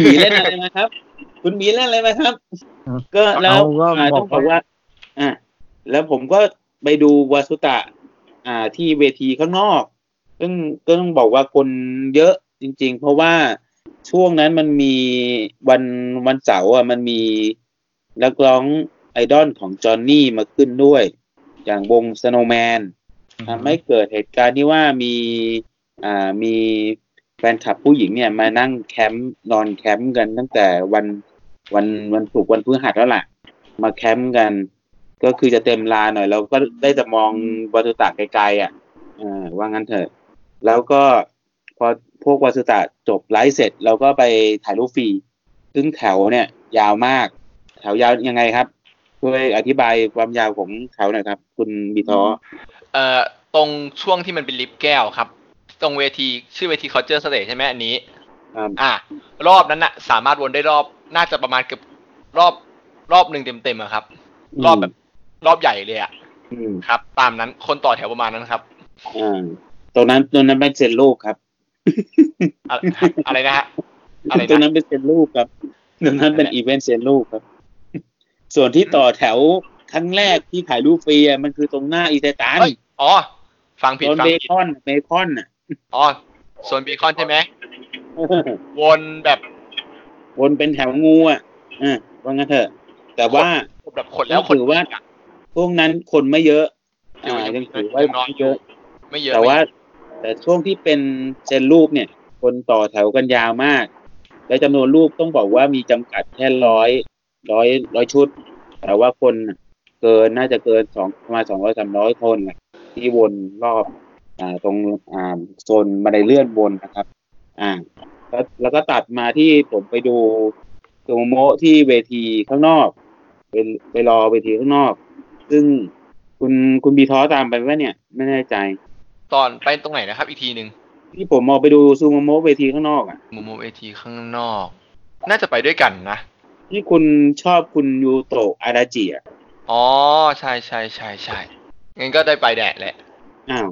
หมีเล่นอะไรมาครับ คุณหมีเล่นอะไรมาครับ ครับ ก็แล้ว เอาก็ อ่า บอต้อก งบอกว่า อ่า แล้วผมก็ไปดูวาสุตะ อ่า ที่เวทีข้างนอก ซึ่งก็ต้องบอกว่าคนเยอะจริง ๆ เพราะว่าช่วงนั้นมันมีวันวันเสาร์อ่ะมันมีนักร้องไอดอลของจอห์นนี่มาขึ้นด้วย อย่างวงสโนแมน ทำให้เกิดเหตุการณ์ที่ว่ามีอ่ามีแฟนคลับผู้หญิงเนี่ยมานั่งแคมป์นอนแคมป์กันตั้งแต่วันวันวันศุกร์วันพฤหัสแล้วล่ะ มาแคมป์กัน ก็คือจะเต็มลานหน่อยเราก็ได้แต่มองวัตุตะไกลๆอ่ะอ่าว่างั้นเถอะ แล้วก็พอพวกวัตุตะจบไลฟ์เสร็จเราก็ไปถ่ายรูปฟรี ซึ่งแถวเนี่ย ยาวมาก แถวยาวยังไงครับช่วยอธิบายความยาวของแถวหน่อยครับ คุณบีทอ เอ่อตรงช่วงที่มันเป็นลิฟต์แก้วครับ ตรงเวทีชื่อเวที culture stage ใช่ไหมอันนี้ ครับ อ่ะรอบนั้นน่ะ สามารถวนได้รอบน่าจะประมาณเกือบรอบรอบหนึ่งเต็มๆอะครับ รอบแบบ รอบใหญ่เลยอะ อืม ครับ ตามนั้นคนต่อแถวประมาณนั้นครับ อ่าตรงนั้นตรงนั้นเป็นเซนลูกครับ อะอะไรนะฮะอะไร ตรงนั้ นะ นเป็นเซนลูกครับตรงนั้นเป็นอีเวนต์เซนลูกครับ ส่วนที่ต่อแถวครั้งแรกที่ถ่ายรูปฟรีอ่ะมันคือตรงหน้าอีเตตัน เอ้ยอ๋อ ฟังผิด ตอน ฟัง เบ ผิด คอนเบคอนอ่ะ อ๋อส่วนบีคอนใช่ไหมวนแบบ วนเป็นแถวงูอ่ะอ่าว่างั้นเถอะ แต่ว่า แบบขดแล้วขด ถือว่า พวกนั้นคนไม่เยอะ อ่ายังถือว่าไม่เยอะ ไม่เยอะ แต่ว่าแต่ช่วงที่เป็นเซนรูปเนี่ย คนต่อแถวกันยาวมาก และจำนวนรูปต้องบอกว่ามีจำกัดแค่ร้อยร้อยร้อยชุด แต่ว่าคนเกินน่าจะเกินสองประมาณสองร้อยสามร้อยคนน่ะที่วนรอบ อ่าตรงอ่าโซนบันไดเลื่อนบนนะครับ อ่า แล้วแล้วก็ตัดมาที่ผมไปดูซูโมะที่เวทีข้างนอกไปไปรอเวทีข้างนอก ซึ่งคุณคุณบีท้อตามไปไหมเนี่ยไม่แน่ใจ ตอนไปตรงไหนนะครับ อีกทีหนึ่ง ที่ผมมองไปดูซูโมโมะเวทีข้างนอกอ่ะ มุมมุมเอทีข้างนอก น่าจะไปด้วยกันนะ ที่คุณชอบคุณยูโตะอาดาจิอ่ะ อ๋อ ใช่ใช่ใช่ใช่งั้นก็ได้ไปแดดแหละ อ้าว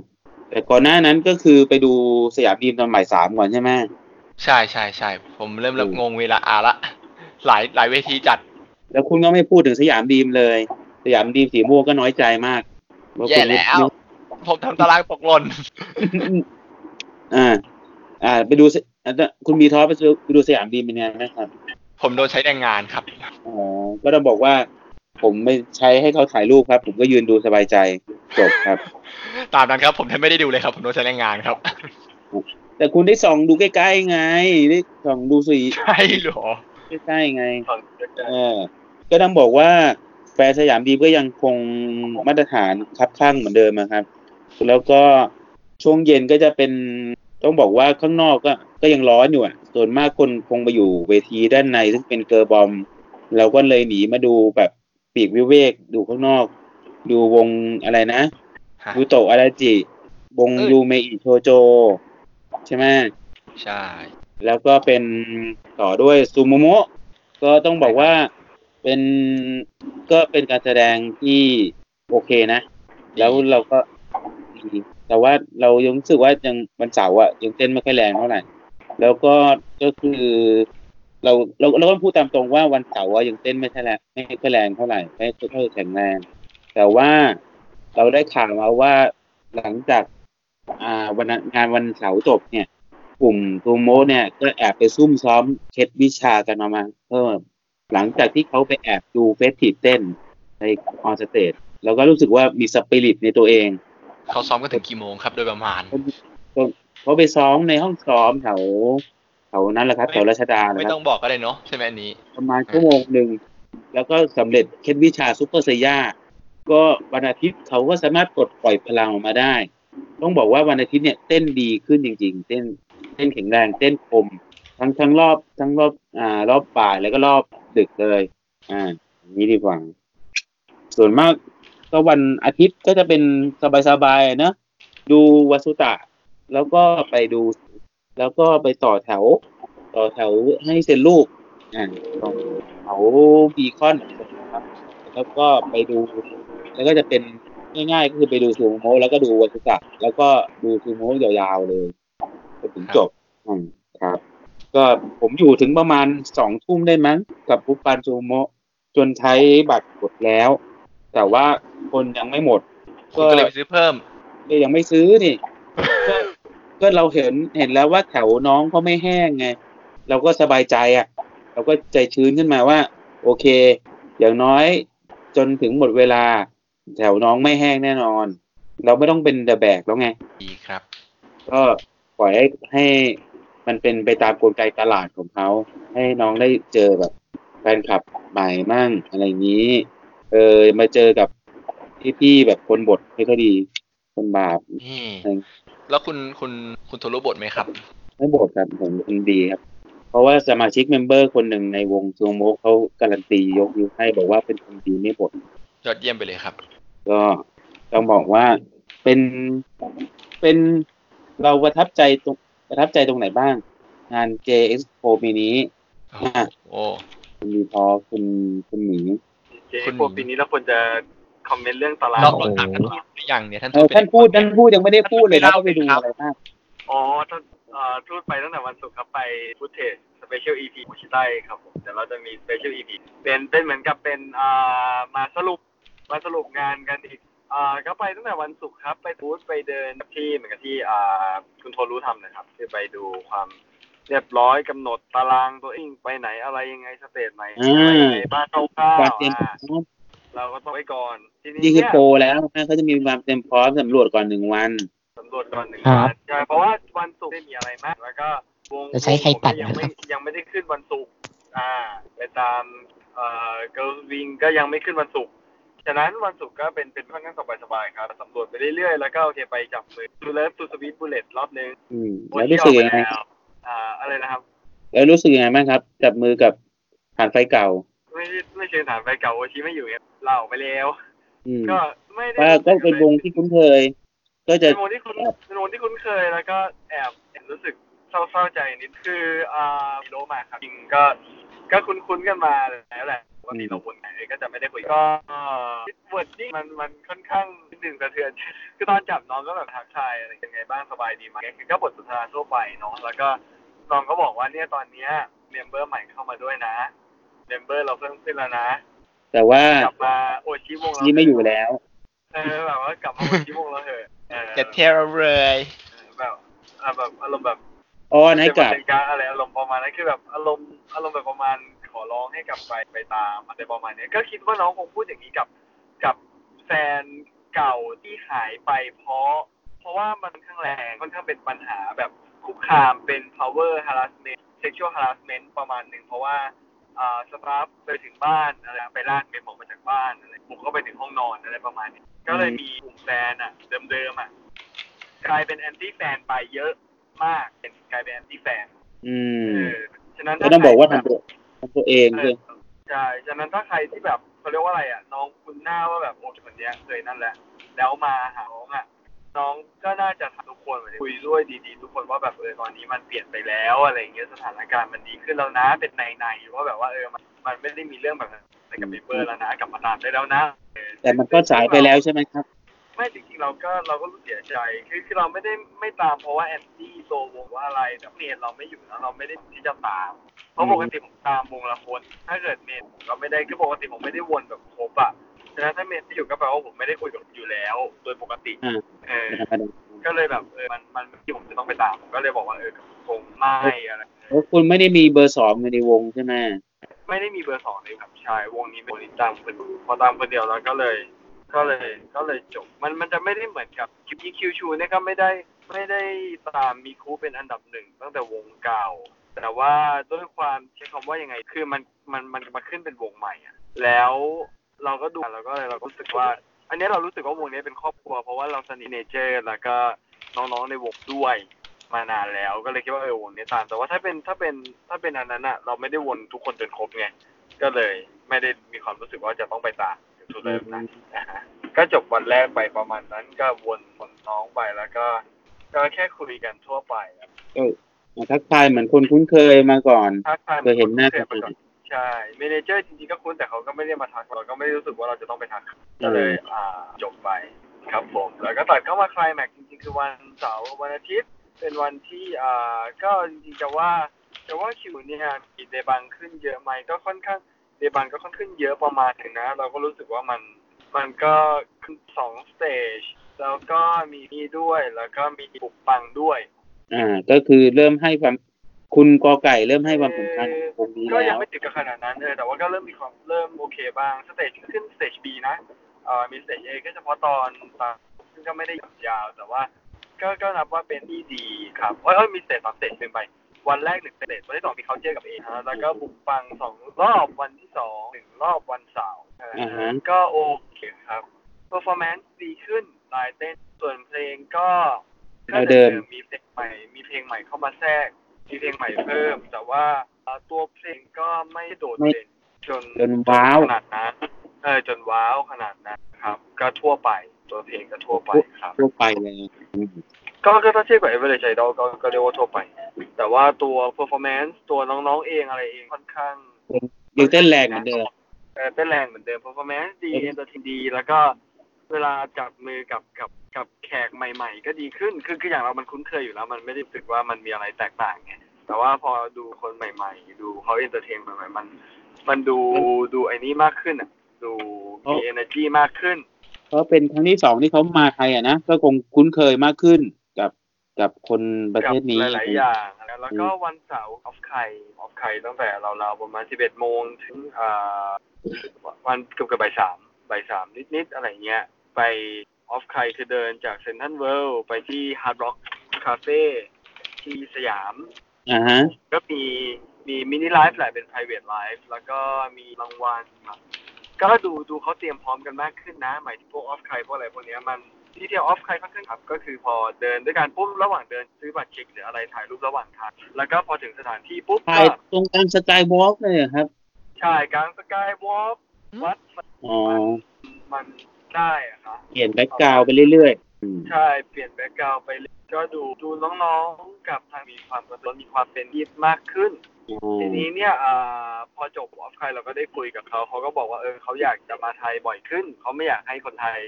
แต่ก่อนหน้านั้นก็คือไปดูสยามดีมตอนบ่ายสามก่อนใช่ไหม ใช่ใช่ใช่ผมเริ่มเริ่มงงเวลาอาละ หลายหลายเวทีจัด แล้วคุณก็ไม่พูดถึงสยามดีมเลย สยามดีมสีม่วงก็น้อยใจมากว่า แย่ คุณไม่ แล้ว ผมทำตารางตกหล่น อ่า อ่า ไปดูสิอ่ะคุณมีท้อไปดูไปดูสยามดีมเป็นไงไหมครับ ผมโดนใช้แรงงานครับ อ๋อก็ต้องบอกว่า ผมไม่ใช้ให้เขาถ่ายรูปครับ ผมก็ยืนดูสบายใจจบครับ ตามนั้นครับ ผมแทบไม่ได้ดูเลยครับ ผมโดนใช้แรงงานครับ แต่คุณได้ส่องดูใกล้ๆไงได้ส่องดูสี ใช่เหรอ ใกล้ๆไง ฝั่งเดียวกัน เออก็ต้องบอกว่าแฟนสยามดีมก็ยังคงมาตรฐานครับข้างเหมือนเดิมอะครับ แล้วก็ช่วงเย็นก็จะเป็นต้องบอกว่าข้างนอกก็ก็ยังร้อนอยู่อะส่วนมากคนคงไปอยู่เวทีด้านในซึ่งเป็นเกอร์บอม เราก็เลยหนีมาดูแบบปีกวิเวกดูข้างนอก ดูวงอะไรนะ ฮะ ยูโตะอาราจิ วง เอ้ย ยูเมอิโชโจ ใช่ไหม ใช่ แล้วก็เป็นต่อด้วยซูโมโมะก็ต้องบอกว่าเป็นก็เป็นการแสดงที่โอเคนะ แล้วเราก็ดีแต่ว่าเรายังรู้สึกว่ายังวันเสาร์อะยังเต้นไม่ค่อยแรงเท่าไหร่แล้วก็ก็คือเราเราเราก็พูดตามตรงว่าวันเสาร์อะยังเต้นไม่ค่อยแรงไม่ค่อยแรงเท่าไหร่ไม่ค่อยแข็งแรง แต่ว่าเราได้ข่าวมาว่าหลังจาก อ่าวันนั้นงานวันเสาร์จบเนี่ย กลุ่มตูโมเนี่ยก็แอบไปซุ่มซ้อมเคล็ดวิชากันมาเพิ่มหลังจากที่เขาไปแอบดูเฟสติเต้นในออนสเตจแล้วก็รู้สึกว่ามีสปิริตในตัวเอง เขาซ้อมกันถึงกี่โมงครับ โดยประมาณ เขาไปซ้อมในห้องซ้อมแถวแถวนั้นแหละครับแถวราชดานะ ไม่ ค ต้ รั อบ งบอกก็ได้เนาะใช่ไหมอันนี้ ประมาณชั่วโมงหนึ่ง แล้วก็สำเร็จเคล็ดวิชาซูเปอร์ไซย่าก็วันอาทิตย์เขาก็สามารถปลดปล่อยพลังออกมาได้ ต้องบอกว่าวันอาทิตย์เนี่ยเต้นดีขึ้นจริง ๆ เต้นเต้นแข็งแรงเต้นคม ทั้งทั้งรอบทั้งรอบอ่ารอบบ่ายแล้วก็รอบดึกเลย อ่าอย่างนี้ดีกว่า ส่วนมากก็วันอาทิตย์ก็จะเป็นสบายๆเนอะดูวัสุตะ แล้วก็ไปดู แล้วก็ไปต่อแถว ต่อแถวให้เซ็นรูปอ่าต่อแถวบีคอนนะครับ แล้วก็ไปดู แล้วก็จะเป็นง่ายๆก็คือไปดูซูโมแล้วก็ดูวัสุตะแล้วก็ดูซูโมยาวๆเลยจนถึงจบอืมครับ ก็ผมอยู่ถึงประมาณสองทุ่มได้มั้งกับปุ๊ปปันซูโมจนใช้บัตรหมดแล้ว แต่ว่าคนยังไม่หมด คุณก็เลยไปซื้อเพิ่ม เอ้ยยังไม่ซื้อนี่ ก็ก็เราเห็นเห็นแล้วว่าแถวน้องเขาไม่แห้งไง เราก็สบายใจอ่ะ เราก็ใจชื้นขึ้นมาว่า โอเค อย่างน้อยจนถึงหมดเวลา แถวน้องไม่แห้งแน่นอน เราไม่ต้องเป็นเดอะแบกแล้วไง ดีครับ ก็ปล่อยให้ให้มันเป็นไปตามกลไกตลาดของเขา ให้น้องได้เจอแบบแฟนคลับใหม่มั่งอะไรอย่างนี้ เออมาเจอกับพี่ๆแบบคนบทไม่ค่อยดี คนบาป นี่ อืม แล้วคุณคุณคุณโทรรู้บทไหมครับ ไม่บทครับผมคนดีครับ เพราะว่าสมาชิกเมมเบอร์คนหนึ่งในวงซูโมเขาการันตียกนิ้วให้บอกว่าเป็นคนดีไม่บท ยอดเยี่ยมไปเลยครับ ก็ต้องบอกว่าเป็นเป็นเราประทับใจตรงประทับใจตรงไหนบ้าง งาน j x p o ปีนี้ โอ้ อ่ะ โอ้ คุณมีพอคุณคุณหมี เจ๊ คุณ พวกปีนี้แล้วควรจะคอมเมนต์เรื่องตาราง เรา อ เรา อก ถามกันหรือยังเนี่ยท่าน เออท่านพูดท่านพูดยังไม่ได้พูดเลยนะว่าไปดูอะไรบ้าง อ๋อท่านเอ่อทูตไปตั้งแต่วันศุกร์ครับไปฟุตเทจสเปเชียลอีพีโมชิไตครับผมเดี๋ยวเราจะมีสเปเชียลอีพีเป็นเป็นเหมือนกับเป็นอ่ามาสรุปมาสรุปงานกันอีกอ่าก็ไปตั้งแต่วันศุกร์ครับ ไปบูธไปเดินที่เหมือนกับที่อ่าคุณโทรู้ทำนะครับ คือไปดูความเรียบร้อยกำหนดตารางตัวเองไปไหนอะไรยังไงสเตจไหนอะไรยังไงบ้างเข้าข้าว การเตรียมพ อ่า ร้อม เราก็ต้องไว้ก่อนทีนี้ นี่คือ เนี่ย โปรแล้วนะเขาจะมีความเตรียมพร้อมสำรวจก่อนหนึ่งวัน สำรวจก่อนหนึ่ง ครับ วันใช่เพราะว่าวันศุกร์ไม่มีอะไรมาก แล้วก็วง จะใช้ใครตัด ผมยังไม่ นะครับ ยังไม่ได้ขึ้นวันศุกร์อ่าไปตามเอ่อเกิร์ลวิงก็ยังไม่ขึ้นวันศุกร์ฉะนั้นวันศุกร์ก็เป็นเป็นค่อนข้างสบายๆครับสำรวจไปเรื่อยๆ แล้วก็โอเคไปจับมือดูเลิฟตูสวิตบูเลตรอบหนึง อืมแล้วรู้สึกยังไง อ่าอะไรนะครับ แล้วรู้สึกยังไงบ้างครับ จับมือกับผ่านไฟเก่า ไม่ไม่เชิงฐานไปเก่าโอชิไม่อยู่ไงเราออกไปแล้ว อืม ก็ไม่ได้ ว่าก็เป็นวงที่คุ้นเคย ก็จะ เป็นวงที่คุ้นเป็นวงที่คุ้นเคยแล้วก็แอบรู้สึกเศร้าๆใจนิดคืออ่าโลมาครับจริงก็ก็คุ้นๆกันมาแล้วแหละว่ามีโลบนไหนก็จะไม่ได้คุยก็เวิร์ดนี่มันมันค่อนข้างนิดหนึ่งกระเทือน คือตอนจับน้องก็แบบทักทายอะไรยังไงบ้างสบายดีไหมคือก็บทสนทนาทั่วไปเนาะแล้วก็ นองก็บอกว่าเนี่ยตอนเนี้ยเมมเบอร์ใหม่เข้ามาด้วยนะเมมเบอร์เราเพิ่มขึ้นแล้วนะ แต่ว่าก ลับมาโอชิวงเรา นี่ไม่อยู่แล้ว เออแบบว่ากลับมาโอชิวงเราเถอะเออ จะเทเราเลย แบบอ่ะแบบอารมณ์แบบ อ้อนให้กลับ เป็นการอะไรอารมณ์ประมาณนั้นคือแบบอารมณ์อารมณ์แบบประมาณขอร้องให้กลับไปไปตามอะไรประมาณเนี้ยก็คิดว่าน้องคงพูดอย่างนี้กับกับแฟนเก่าที่หายไปเพราะ เพราะว่ามันค่อนข้างแรงค่อนข้างเป็นปัญหาแบบคุกคามเป็น power harassment sexual harassment ประมาณหนึ่งเพราะว่าอ่าสตาฟไปถึงบ้านอะไรไปลากเมมออกมาจากบ้านอะไรบุกเข้าไปถึงห้องนอนอะไรประมาณนี้ ก็เลยมีกลุ่มแฟนอ่ะ เดิมๆอ่ะกลายเป็นแอนตี้แฟนไปเยอะมากเป็นกลายเป็นแอนตี้แฟน อืม เออฉะนั้น ก็ต้องบอกว่า ถ้ ทำตัวทำตัวเอง ใคร เลย ใช่ฉะนั้นถ้าใครที่แบบเขาเรียกว่าอะไรอ่ะ น้องคุณหน้าว่าแบบโอ้คนเนี้ยเคยนั่นแหละ แล้วมาหาน้องอ่ะ น้องก็น่าจะทำทุกคนคุยด้วยดีๆ ทุกคนว่าแบบเออตอนนี้มันเปลี่ยนไปแล้วอะไรอย่างเงี้ยสถานการณ์มันดีขึ้นแล้วนะเป็นในๆว่าแบบว่าเออมันมันไม่ได้มีเรื่องแบบนั้นอะไรกับเมเบอร์แล้วนะกลับมาตามได้แล้วนะเออ แต่มันก็สายไปแล้วใช่ไหมครับ ไม่จริงๆเราก็เราก็รู้เสียใจคือคือเราไม่ได้ไม่ตามเพราะว่าแอนตี้โซวงว่าอะไรแต่เมนเราไม่อยู่แล้วเราไม่ได้ที่จะตามเพราะปกติผมตามวงละคนถ้าเกิดเมนผมก็ไม่ได้คือปกติผมไม่ได้วนแบบครบอ่ะฉะนั้นถ้าเมนไม่อยู่ก็แปลว่าผมไม่ได้คุยกับอยู่แล้ว โดยปกติ อ่า เออ ธรรมดา ก็เลยแบบเออมันมันที่ผมจะต้องไปตามผมก็เลยบอกว่าเออคงไม่อะไร โอ้คุณไม่ได้มีเบอร์สองอยู่ในวงใช่ไหม ไม่ได้มีเบอร์สองเลยครับใช่วงนี้เป็นวงนี้ตามคนพอตามคนเดียวแล้วก็เลย ก็เลยก็เลยจบ มันมันจะไม่ได้เหมือนกับคิวคิวชูเนี่ยก็ไม่ได้ไม่ได้ตามมีคูเป็นอันดับหนึ่งตั้งแต่วงเก่า แต่ว่าด้วยความใช้คำว่ายังไงคือมันมันมันมาขึ้นเป็นวงใหม่อะแล้วเราก็ดูแล้วก็เลยเราก็รู้สึกว่า อันนี้เรารู้สึกว่าวงนี้เป็นครอบครัว เพราะว่าเราสนิทเนเจอร์แล้วก็น้องๆในวงด้วย มานานแล้วก็เลยคิดว่าเออวงนี้ตาม แต่ว่าถ้าเป็นถ้าเป็นถ้าเป็นอันนั้นอะเราไม่ได้วนทุกคนจนครบไงก็เลยไม่ได้มีความรู้สึกว่าจะต้องไปตามจุดเริ่มนะอ่าฮะก็จบวันแรกไปประมาณนั้นก็วนวนน้องไปแล้วก็ ก็แค่คุยกันทั่วไปครับ มาทักทายเหมือนคนคุ้นเคยมาก่อน ทักทาย เคยเห็นหน้า คย กัน ก่อใช่เมเนเจอร์จริงๆก็คุ้นแต่เขาก็ไม่ได้มาทักเราก็ไม่ได้รู้สึกว่าเราจะต้องไปทัก ก็เลยอ่าจบไปครับผม แล้วก็ตัดเข้ามาคลายแม็กซ์จริงๆ คือวันเสาร์วันอาทิตย์เป็นวันที่อ่าก็จริงๆจะว่าจะว่าคิวเนี่ยมีเดบังขึ้นเยอะไหมก็ค่อนข้างเดบังก็ค่อนข้างเยอะประมาณหนึ่งนะ เราก็รู้สึกว่ามันมันก็ขึ้นสองสเตจแล้วก็มีนี่ด้วยแล้วก็มีบุกปังด้วย อ่า ก็คือเริ่มให้ความคุณกอไก่เริ่มให้ความสำคัญกับวงนี้ ก็ แล้ ยัง ว ไม่ติดกับขนาดนั้นเออแต่ว่าก็เริ่มมีความเริ่มโอเคบ้างสเตจขึ้นสเตจ B นะเอ่อมีสเตจ A ก็เฉพาะตอนตามซึ่งก็ไม่ได้ยาวแต่ว่า ก็ก็นับว่าเป็นที่ดีครับเอยเอ้ยมีสเตจสองสเตจเป็นไป วันแรกหนึ่งสเตจวันที่สองมีเขาเจอกับเอฮะแล้วก็บุกฟังสองรอบวันที่สองหนึ่งรอบวันเสาร์เออ อ่าฮะ ก็โอเคครับเปอร์ฟอร์แมนซ์ดีขึ้นลายเต้นส่วนเพลงก็ก็จะมีเพลงใหม่มีเพลงใหม่เข้ามาแทรก มีเพลงใหม่เพิ่ม แต่ว่าเอ่อตัวเพลงก็ไม่โดดเด่นจน จนว้าว ขนาดนั้นเออจนว้าวขนาดนั้นครับ ก็ทั่วไปตัวเพลงก็ทั่วไปครับ ทั่วไปเลยอืม ก็ก็ถ้าเทียบกับ Average Idol ก็ก็เรียกว่าทั่วไป แต่ว่าตัว performance ตัวน้องๆเองอะไรเองค่อนข้าง ยังเต้นแรงเหมือนเดิม เอ่อเต้นแรงเหมือนเดิม performance ดี เออ entertain ดี แล้วก็เวลาจับมือกับกับกับแขกใหม่ๆ ก็ดีขึ้น คือคืออย่างเรามันคุ้นเคยอยู่แล้ว มันไม่ได้รู้สึกว่ามันมีอะไรแตกต่างไง แต่ว่าพอดูคนใหม่ๆ ดูเขา entertain ใหม่ๆ มัน มันดูดูไอ้นี้มากขึ้นอ่ะ ดูมี เออ energy มากขึ้น เพราะเป็นครั้งที่สองที่เขามาไทยอ่ะนะ ก็คงคุ้นเคยมากขึ้นกับกับคนประเทศนี้ กับหลายๆอย่างนะแล้วก็วันเสาร์ออฟไคออฟไคตั้งแต่เราๆประมาณ 11 โมงถึงอ่าวันเกือบเกือบบ่ายสามบ่ายสามนิด ๆ อะไรเงี้ย ไปออฟไคคือเดินจากเซนทันเวิลด์ไปที่ฮาร์ดร็อกคาเฟ่ที่สยาม อ่าฮะ ก็มีมีมินิไลฟ์แหละเป็น private live แล้วก็มีรางวัลครับก็ดูดูเขาเตรียมพร้อมกันมากขึ้นนะ หมายถึงพวกออฟไคพวกอะไรพวกเนี้ยมันที่เที่ยวออฟไคค่อนข้างครับ ก็คือพอเดินด้วยกันปุ๊บระหว่างเดินซื้อบัตรเช็คหรืออะไรถ่ายรูประหว่างทางแล้วก็พอถึงสถานที่ปุ๊บ ถ่า ก็ ยตรงตามสกายวอล์กเลยเหรอครับ ใช่กลางสกายวอล์กวัดมัน อ๋อ มันได้อะครับ เปลี่ยนแบ็กกราวด์ไปเรื่อยๆอืม ใช่ เปลี่ยนแบ็กกราวด์ไปเลยก็ดูดูน้องๆกับทางมีความกระตุ้นมีความเป็นยิปมากขึ้น อ๋ ที อ นี้เนี่ยอาพอจบออฟไคเราก็ได้คุยกับเขาเขาก็บอกว่าเออเขาอยากจะมาไทยบ่อยขึ้น เขาไม่อยากให้คนไทย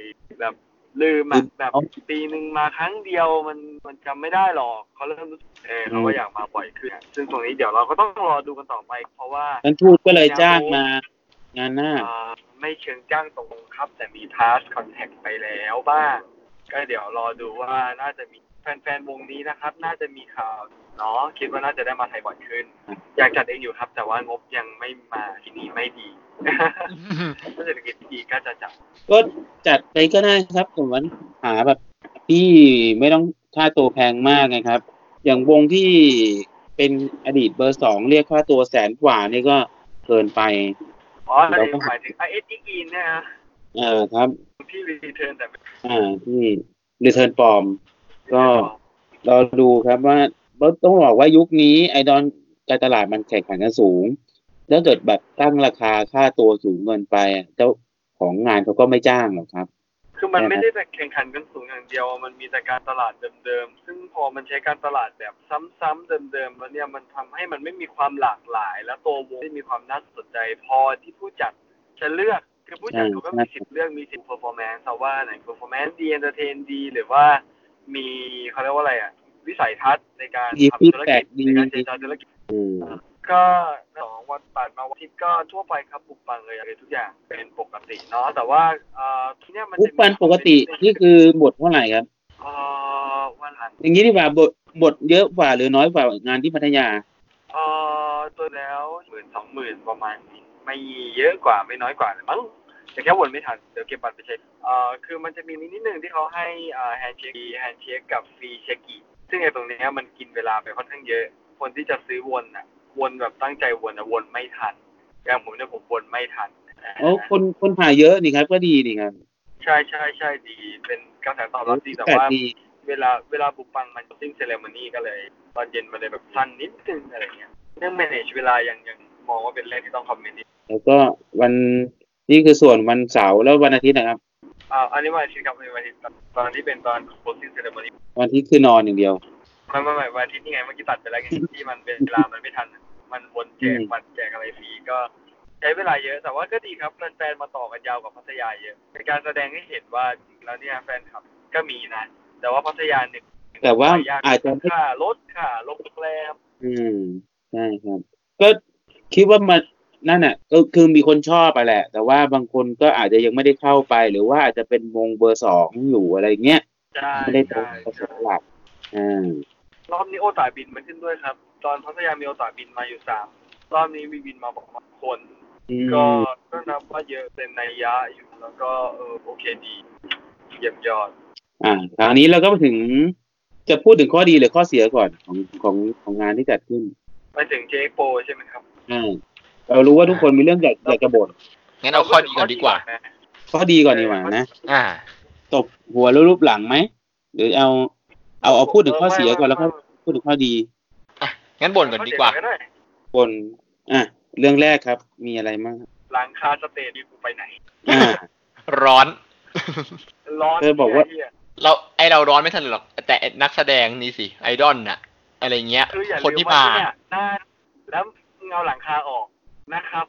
แบบ ลืมอะแบบปีหนึ่งมาครั้งเดียวมันมันจำไม่ได้หรอกเขาเริ่มรู้สึกเออเขาก็อยากมาบ่อยขึ้นอะซึ่งตรงนี้เดี๋ยวเราก็ต้องรอดูกันต่อไป เพราะว่า ท่านทูตก็เลยจ้างมางานหน้า อ่าไม่เชิงจ้างตรงครับ แต่มีทาสคอนแทคไปแล้วบ้าง ก็เดี๋ยวรอดูว่าน่าจะมีแฟนๆวงนี้นะครับ น่าจะมีข่าวเนาะคิดว่าน่าจะได้มาไทยบ่อยขึ้น อยากจัดเองอยู่ครับ แต่ว่างบยังไม่มาทีนี้ไม่ดี ถ้าเศรษฐกิจดีก็จะจัด ก็จัดไปก็ได้ครับผมว่าหาแบบที่ไม่ต้องค่าตัวแพงมากไงครับ อย่างวงที่เป็นอดีตเบอร์สองเรียกค่าตัวแสนกว่านี่ก็เกินไป อ๋อ เราก็ หมายถึงไอเอสอีกินนะฮะ เออครับ ที่รีเทิร์นแต่ไม่ อ่าที่รีเทิร์นปลอม ก็ เราดูครับว่าต้องบอกว่ายุคนี้ไอดอลการตลาดมันแข่งขันกันสูง ถ้าเกิดแบบตั้งราคาค่าตัวสูงเกินไปอะเจ้าของงานเขาก็ไม่จ้างหรอกครับ คือมันไม่ได้แต่แข่งขันกันสูงอย่างเดียว มันมีแต่การตลาดเดิมๆ ซึ่งพอมันใช้การตลาดแบบซ้ำๆเดิมๆแล้วเนี่ยมันทำให้มันไม่มีความหลากหลาย และตัววงไม่มีความน่าสนใจ พอที่ผู้จัดจะเลือกคือผู้จัด ใช่ เขาก็มีสิทธิ์เลือกมีสิทธิ์ performance เอาว่าไหน performance ดี entertain ดี หรือว่ามีเขาเรียกว่าอะไรอ่ะ วิสัยทัศน์ในการ มี ทำ ฟีด ธุร แบ็ กิจ ดี ในการเจรจาธุรกิจ อืม ก็สองวันปัดมาวันอาทิตย์ก็ทั่วไปครับปุกปังเลยอะไรทุกอย่างเป็นปกติเนาะแต่ว่าเอ่อที่เนี้ยมันจะ ทุกวันปกตินี่คือบทเท่าไหร่ครับ เอ่อวันหลัง อย่างนี้ดีกว่าบทบทเยอะกว่าหรือน้อยกว่างานที่พัทยา เอ่อตัวแล้วหมื่นสองหมื่นประมาณนี้ไม่เยอะกว่าไม่น้อยกว่าเลยมั้งแต่แค่วนไม่ทันเดี๋ยวเก็บบัตรไปเช็คเอ่อคือมันจะมีนิดนึงที่เขาให้อ่าแฮนเช็คแฮนเช็คกับฟรีเช็คอีกซึ่งไอ้ตรงเนี้ยมันกินเวลาไปค่อนข้างเยอะ คนที่จะซื้อวนอ่ะวนแบบตั้งใจวนอ่ะวนไม่ทันอย่างผมเนี่ยผมวนไม่ทัน โอ้คนคนหาเยอะนี่ครับ ก็ดีนี่ครับ ใช่ใช่ใช่ดี เป็นกระแสตอบรับดีแต่ แต่ ว่า ดี เวลาเวลาบุกปังมันซิ่งเซเลมอนี่ก็เลย ตอนเย็นมันเลยแบบสั้นนิดนึงอะไรเงี้ยเรื่อง manage เวลายังยังมองว่าเป็นเรื่องที่ต้องคอมเมนต์นิด แล้วก็วันนี่คือส่วนวันเสาร์แล้ววันอาทิตย์นะครับ อ่าอันนี้วันอาทิตย์ครับอันนี้วันอาทิตย์ตอนที่เป็นตอน closing ceremony วันอาทิตย์คือนอนอย่างเดียว ไม่ไม่ไม่วันอาทิตย์นี่ไงเมื่อกี้ตัดไปแล้วไง ที่มันเป็นเวลามันไม่ทันอะมันวนแจก อืม บัตรแจกอะไรฟรีก็ ใช้เวลาเยอะ แต่ว่าก็ดีครับแฟนๆมาต่อกันยาวกว่าพัทยาเยอะเป็นการแสดงให้เห็นว่าจริงๆแล้วเนี่ยแฟนคลับก็มีนะ แต่ว่าพัทยาหนึ่ง แต่ว่าอาจจะไม่ ค่ารถค่าโรงแรม อืมใช่ครับ ก็คิดว่ามันนั่นน่ะก็คือมีคนชอบไปแหละ แต่ว่าบางคนก็อาจจะยังไม่ได้เข้าไป หรือว่าอาจจะเป็นวงเบอร์สองอยู่อะไรเงี้ย ใช่ ไม่ได้ตร ใช่ งประส ใช่ บหลักอ่าร อบนี้โอตาบินมาขึ้นด้วยครับ ตอนพัทยามีโอตาบินมาอยู่สามรอบนี้มีบินมาบอกมาคน อืม ก็ก็นับว่าเยอะเป็นนัยยะอยู่แล้วก็เออโอเคดีเยี่ยมยอด อ่าคราวนี้เราก็มาถึงจะพูดถึงข้อดีหรือข้อเสียก่อนของของของงานที่จัดขึ้น ไปถึงเจโปใช่ไหมครับ อ่าเรารู้ว่าทุกคนมีเรื่องอยากอยากจะบ่น งั้นเอาข้อดีก่อนดีกว่า ข้อดีก่อนดีกว่านะ อ่า ตบหัวแล้วรูปหลังไหมหรือเอาเอาเอาพูดถึงข้อเสียก่อนแล้วก็พูดถึงข้อดี งั้นบ่นก่อนดีกว่า เยไ บนอ่ะ เรื่องแรกครับ มีอะไรบ้างครับ หลังคาสเตจดีกูไปไหน อ่า ร้อน ร้อน เธอบอกว่า เหี้ย เราไอเราร้อนไม่ทันหรอก แต่นักแสดงนี่สิ ไอดอลน่ะ อะไรเงี้ย คืออย่า คน ลืม ที่ ว่า มา เนี่ยหน้าแล้วเงาหลังคาออกนะครับ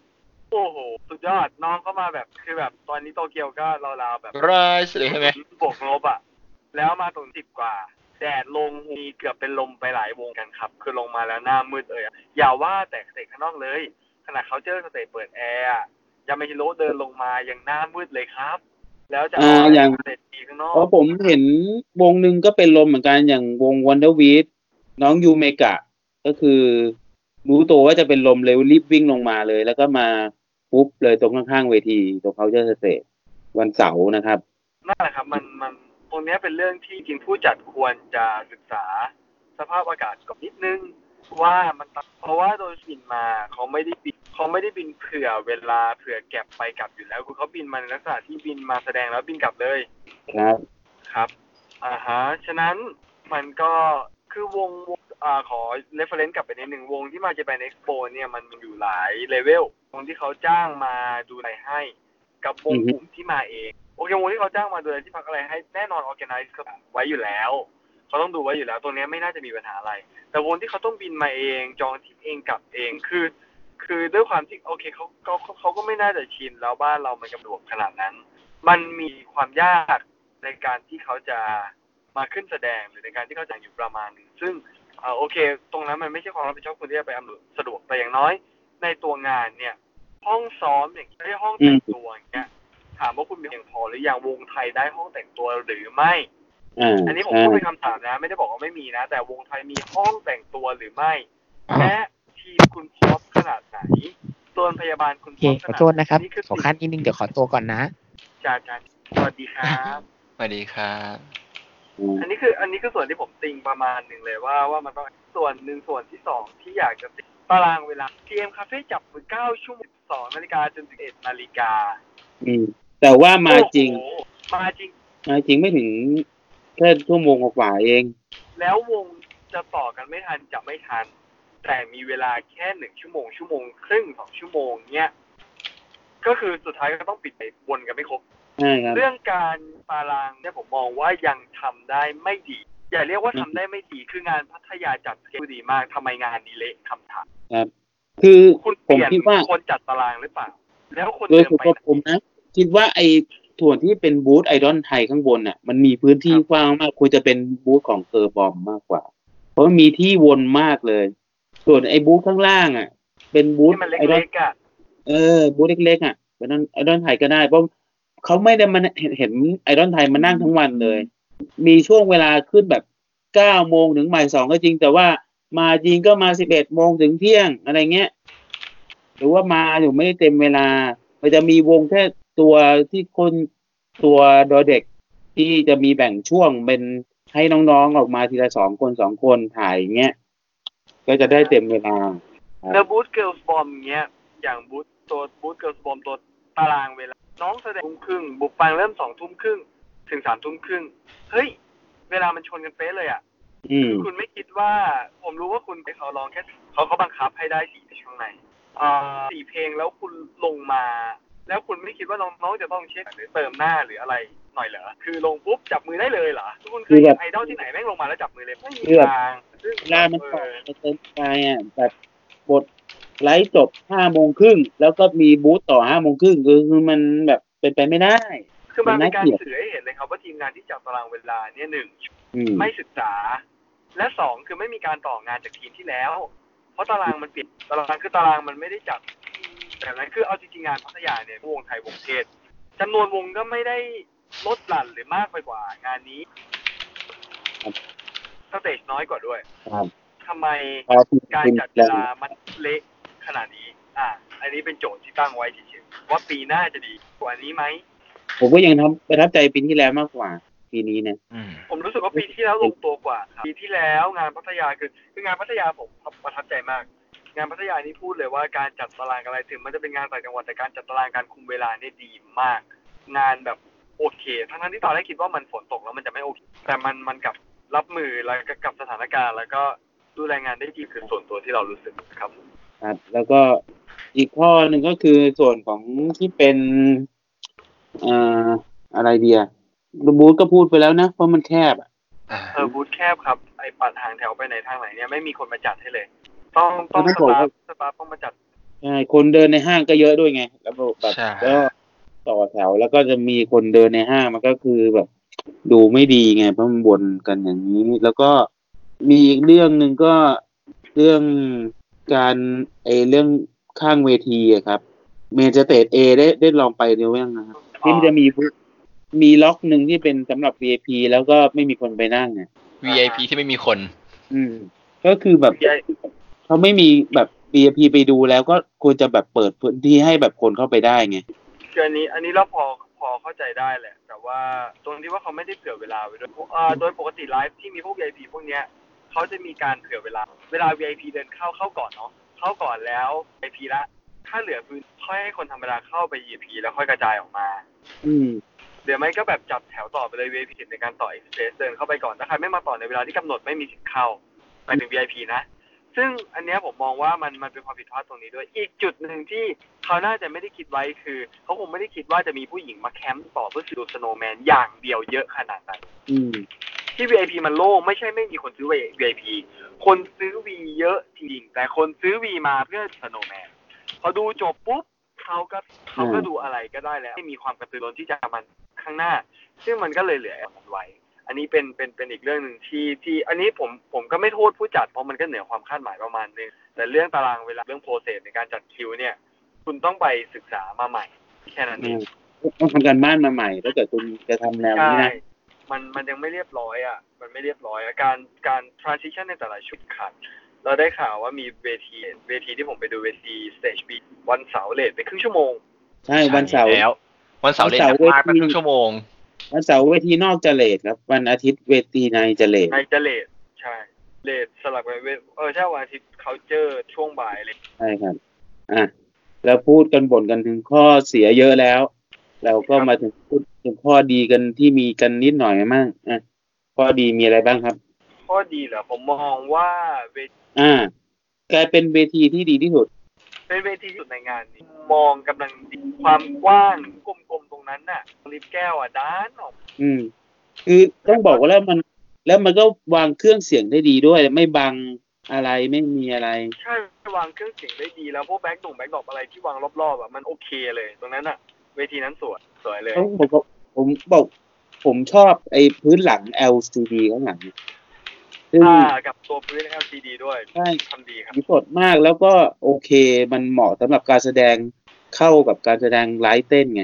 โอ้โห สุดยอดน้องก็มาแบบคือแบบตอนนี้โตเกียวก็ราวๆแบบ ไรส์เลยใช่ไหม บวกลบอ่ะ แล้วมาตรงสิบกว่า แดดลงมีเกือบเป็นลมไปหลายวงกันครับ คือลงมาแล้วหน้ามืดเอ่ยอะอย่าว่าแต่เตะข้างนอกเลย ขนาดเขาเจอสเตจเปิดแอร์อะยามาฮิโร่เดินลงมายังหน้ามืดเลยครับ แล้วจะ อ่าอย่าง สเตจดีข้างนอก เพราะผมเห็นวงหนึ่งก็เป็นลมเหมือนกันอย่างวงวันเดอร์วีดน้องยูเมกะ ก็คือ รู้ตัวว่าจะเป็นลมเลยรีบวิ่งลงมาเลย แล้วก็มาปุ๊บเลยตรงข้างๆเวทีตรงเขาเจอสเตจวันเสาร์นะครับ นั่นแหละครับ มันมันตรงเนี้ยเป็นเรื่องที่จริงผู้จัดควรจะศึกษา สภาพอากาศก่อนนิดนึงว่ามันตัดเพราะว่าโดยบินมาเขาไม่ได้บินเขาไม่ได้บินเผื่อเวลาเผื่อแก็บไปกลับอยู่แล้วคือเขาบินมาในลักษณะที่บินมาแสดงแล้วบินกลับเลย ครับ ครับอ่าฮะฉะนั้นมันก็คือวงวงอ่าขอเรฟเฟรนซ์กลับไปนิดหนึ่งวงที่มาจะไปในเอ็กซ์โปเนี่ยมันมีอยู่หลายเลเวลวงที่เขาจ้างมาดูอะไรให้ กับวง อือฮึ กลุ่มที่มาเอง โอเควงที่เขาจ้างมาดูแลที่พักอะไรให้แน่นอนออแกไนซ์เขาไว้อยู่แล้ว เขาต้องดูไว้อยู่แล้ว ตรงเนี้ยไม่น่าจะมีปัญหาอะไร แต่วงที่เขาต้องบินมาเองจองที่เองกลับเองคือ คือด้วยความที่โอเคเขาเขาเขาเขาก็ไม่น่าจะชินแล้วบ้านเรามันกำดวกขนาดนั้น มันมีความยาก ในการที่เขาจะมาขึ้นแสดงหรือในการที่เขาจะอยู่ประมาณหนึงซึ่งเอ่อโอเค ตรงนั้นมันไม่ใช่ความรับผิดชอบคุณที่จะไปอำนวยสะดวกแต่อย่างน้อย ในตัวงานเนี่ย ห้องซ้อมอย่างไม่ใช่ห้องแต่งตัวอย่างเงี้ยถามว่าคุณมีเพียงพอหรือยังวงไทยได้ห้องแต่งตัวหรือไม่ อ่า อันนี้ผม อ่า พูดเป็นคำถามนะ ไม่ได้บอกว่าไม่มีนะ แต่วงไทยมีห้องแต่งตัวหรือไม่ และทีมคุณพร้อมขนาดไหนตัวพยาบาลคุณ โอ พ เค ร้ขออมขนาดไหน โทษนะครับ นี่คือ ขอขั้นนิดนึง เดี๋ยวขอตัวก่อนนะ จากการสวัสดีครับ สวัสดีครับ อันนี้คืออันนี้คือส่วนที่ผมติงประมาณหนึ่งเลยว่าว่ามันต้องส่วนหนึ่งส่วนที่สองที่อยากจะติงตารางเวลาทีเอ็มคาเฟ่จับมือเก้าชั่วโมงสองนาฬิกาจนถึงเอ็ดนาฬิกา อืมแต่ว่ามาจริง โอ้โหมาจริง มาจริงไม่ถึงแค่ชั่วโมงกว่าๆเอง แล้ววงจะต่อกันไม่ทันจะไม่ทัน แต่มีเวลาแค่หนึ่งชั่วโมงชั่วโมงครึ่งสองชั่วโมงเนี้ยก็คือสุดท้ายก็ต้องปิดไปวนกันไม่ครบ ใช่ครับ เรื่องการตารางเนี่ยผมมองว่ายังทำได้ไม่ดี อย่าเรียกว่าทำได้ไม่ดีคืองานพัทยาจัดเก็ดีมากทำไมงานดีเละคำถาม คือ คุณผเปม ลี่ยน คิดว่า คนจัดตารางหรือเปล่า แล้วคน โดยส่วเดิมน ไป ตัว ไหน ผมนะ คิดว่าไอ้ส่วนที่เป็นบูธไอดอลไทยข้างบนน่ะ มันมีพื้นที่ ครับ กว้างมากควรจะเป็นบูธของเกอร์บอมมากกว่า เพราะมีที่วนมากเลย ส่วนไอ้บูธข้างล่างอ่ะ เป็นบูธ ที่มัน ไอดอล เล็กๆอ่ะ เออบูธเล็กๆอ่ะไอดอลไอดอลไทยก็ได้ เพราะเขาไม่ได้มาเห็นเห็นไอดอลไทยมานั่งทั้งวันเลย มีช่วงเวลาขึ้นแบบเก้าโมงถึงบ่ายสองก็จริง แต่ว่ามาจริงก็มาสิบเอ็ดโมงถึงเที่ยงอะไรเงี้ย หรือว่ามาอยู่ไม่ได้เต็มเวลา มันจะมีวงแค่ตัวที่คนตัวดอเด็กที่จะมีแบ่งช่วงเป็นให้น้องๆออกมาทีละสองคนสองคนถ่ายอย่างเงี้ยก็จะได้เต็มเวลา แล้วบูธเกิลส์บอมเนี้ยอย่างบูธตัวบูธเกิลส์บอมตัวตารางเวลา น้องแสดงทุ่มครึ่งบุกฟังเริ่มสองทุ่มครึ่งถึงสามทุ่มครึ่งเฮ้ย เวลามันชนกันเป๊ะเลยอ่ะ อืม คือคุณไม่คิดว่าผมรู้ว่าคุณไปเขาร้องแค่เขาเขาบังคับให้ได้สี่เพลงข้างในอ่าสี่เพลงแล้วคุณลงมา แล้วคุณไม่คิดว่าน้องๆจะต้องเช็คหรือเติมหน้าหรืออะไรหน่อยเหรอคือลงปุ๊บจับมือได้เลยเหรอคุณเคยเห็นไอดอลที่ไหนแม่งลงมาแล้วจับมือเลยไม่มี คือแบบ ทางซึ่ง เวลามัน เอ ต่อ อ มันเต็มไปอ่ะแบบบทไลฟ์จบห้าโมงครึ่งแล้วก็มีบูธต่อห้าโมงครึ่งคือคือมันแบบเป็นไปไม่ได้ คือมันเป็นกาน่าเกรลียด สื่อให้เห็นเลยครับว่าทีมงานที่จับตารางเวลาเนี่ยหนึ่ง อืม ไม่ศึกษา และสองคือไม่มีการต่องานจากทีมที่แล้ว เพราะตารางมันเปลี่ยนตารางคือตารางมันไม่ได้จัดแต่นั้นคือเอาจริงๆงานพัทยาเนี่ยวงไทยวงเทศจำนวนวงก็ไม่ได้ลดหลั่นหรือมากไปกว่างานนี้ ครับ สเตจน้อยกว่าด้วย ครับ ทำไม พอถึง การ คุณ จัดเว แล้ว ลามันเละขนาดนี้ อ่ะอันนี้เป็นโจทย์ที่ตั้งไว้เฉยๆว่าปีหน้าจะดีกว่านี้ไหม ผมก็ยังทำประทับใจปีที่แล้วมากกว่าปีนี้นะ อืม ผมรู้สึกว่าปีที่แล้วลงตัวกว่าครับปีที่แล้วงานพัทยาคือคืองานพัทยาผมประทับใจมาก งานพัทยานี่พูดเลยว่าการจัดตารางอะไรถึงมันจะเป็นงานต่างจังหวัดแต่การจัดตารางการคุมเวลาเนี่ยดีมาก งานแบบโอเค ทั้งนั้นที่ตอนแรกคิดว่ามันฝนตกแล้วมันจะไม่โอเคแต่มันมันกลับรับมือแล้วก็กับสถานการณ์ แล้วก็ดูแลงานได้ดีคือส่วนตัวที่เรารู้สึกครับผม ครับแล้วก็อีกข้อหนึ่งก็คือส่วนของที่เป็นเอ่ออะไรเดียบูธก็พูดไปแล้วนะเพราะมันแคบอะ อ่า เออบูธแคบครับไอปัดหางแถวไปไหนทางไหนเนี่ยไม่มีคนมาจัดให้เลย ต้องต้องสตาฟสตาฟต้องมาจัด ใช่คนเดินในห้างก็เยอะด้วยไง แล้วแบบ ใช่ ก็ต่อแถวแล้วก็จะมีคนเดินในห้างมันก็คือแบบ ดูไม่ดีไงเพราะมันบนกันอย่างนี้ แล้วก็มีอีกเรื่องหนึ่งก็เรื่องการไอเรื่องข้างเวทีอะครับ เมเจเตดเอได้ได้ลองไปหรือยังนะครับ ที่มันจะมีพุมีล็อกหนึ่งที่เป็นสำหรับ VIP แล้วก็ไม่มีคนไปนั่งเนี่ย VIP ที่ไม่มีคน อืม ก็คือแบบเขาไม่มีแบบ VIP ไปดูแล้วก็ควรจะแบบเปิดพื้นที่ให้แบบคนเข้าไปได้ไง คืออันนี้อันนี้เราพอพอเข้าใจได้แหละ แต่ว่าตรงที่ว่าเขาไม่ได้เผื่อเวลาไว้ด้วยเอ่อโดยปกติไลฟ์ที่มีพวก VIP พวกเนี้ยเขาจะมีการเผื่อเวลา เวลา VIP เดินเข้าเข้าก่อนเนาะเข้าก่อนแล้ว VIP ละ ถ้าเหลือพื้นค่อยให้คนธรรมดาเข้าไป VIP แล้วค่อยกระจายออกมา อืม หรือไม่ก็แบบจับแถวต่อไปเลย VIP ในการต่อ Express เดินเข้าไปก่อนถ้าใครไม่มาต่อในเวลาที่กำหนดไม่มีสิทธิ์เข้าหมายถึง VIP นะ ซึ่งอันเนี้ยผมมองว่ามันมันเป็นความผิดพลาดตรงนี้ด้วย อีกจุดหนึ่งที่เขาน่าจะไม่ได้คิดไว้คือเขาคงไม่ได้คิดว่าจะมีผู้หญิงมาแคมป์ต่อเพื่อซื้อสโนว์แมนอย่างเดียวเยอะขนาดนั้น อืม ที่ VIP มันโล่งไม่ใช่ไม่มีคนซื้อ VIP คนซื้อ V เยอะจริงแต่คนซื้อ V มาเพื่อสโนว์แมนพอดูจบปุ๊บเขาก็เขาก็ดูอะไรก็ได้แล้วไม่มีความกระตือรือร้นที่จะมัน ข้างหน้า ซึ่งมันก็เลยเหลือมันไว้ อันนี้เป็นเป็นเป็นอีกเรื่องหนึ่งที่ที่ อันนี้ผมผมก็ไม่โทษผู้จัดเพราะมันก็เหนือความคาดหมายประมาณนึงแต่เรื่องตารางเวลาเรื่องโปรเซสในการจัดคิวเนี่ย คุณต้องไปศึกษามาใหม่แค่นั้นเอง ต้องทำการบ้านมาใหม่ถ้าเกิดคุณจะทำแนวนี้ ใช่ นะ มันมันยังไม่เรียบร้อยอ่ะ มันไม่เรียบร้อยอะการการ transition ในแต่ละชุดขาด เราได้ข่าวว่ามีเวทีเวทีที่ผมไปดูเวที stage B วันเสาร์เลทไปครึ่งชั่วโมง ใช่วันเสาร์ แล้ววันเสาร์เล่น วันเสาร์ มากไป เวที ครึ่งชั่วโม ง วันเสาร์เวทีนอกจะเลทครับ วันอาทิตย์เวทีในจะเลท ในจะเลทใช่เลทสลับกันเวทเออใช่วันอาทิตย์เขาเจอช่วงบ่ายเลย ใช่ครับอ่ะแล้วพูดกันบ่นกันถึงข้อเสียเยอะแล้ว เราก็มาถึงพูดถึงข้อดีกันที่มีกันนิดหน่อยมั่งอ่ะข้อดีมีอะไรบ้างครับ ข้อดีเหรอผมมองว่าเวท อ่ากลายเป็นเวทีที่ดีที่สุด เป็นเวทีที่สุดในงานนี้ มองกำลังดีความกว้างกลมๆตรงนั้นน่ะริบแก้วอ่ะด้านออก อืม คือต้องบอกว่าแล้วมัน แล้วมันก็วางเครื่องเสียงได้ดีด้วย ไม่บังอะไรไม่มีอะไร ใช่วางเครื่องเสียงได้ดีแล้วพวกแบ็คหนุ่มแบ็คดรอปอะไรที่วางรอบๆอ่ะมันโอเคเลย ตรงนั้นอ่ะ เวทีนั้นสวยสวยเลย ผมบอกผมบอก ผมชอบไอ้พื้นหลัง LCD ข้างหลังซึ่ง อ่ากับตัวพื้น LCD ด้วย ใช่ ทำดีครับ สดมากแล้วก็โอเคมันเหมาะสำหรับการแสดงเข้ากับการแสดงไลฟ์เต้นไง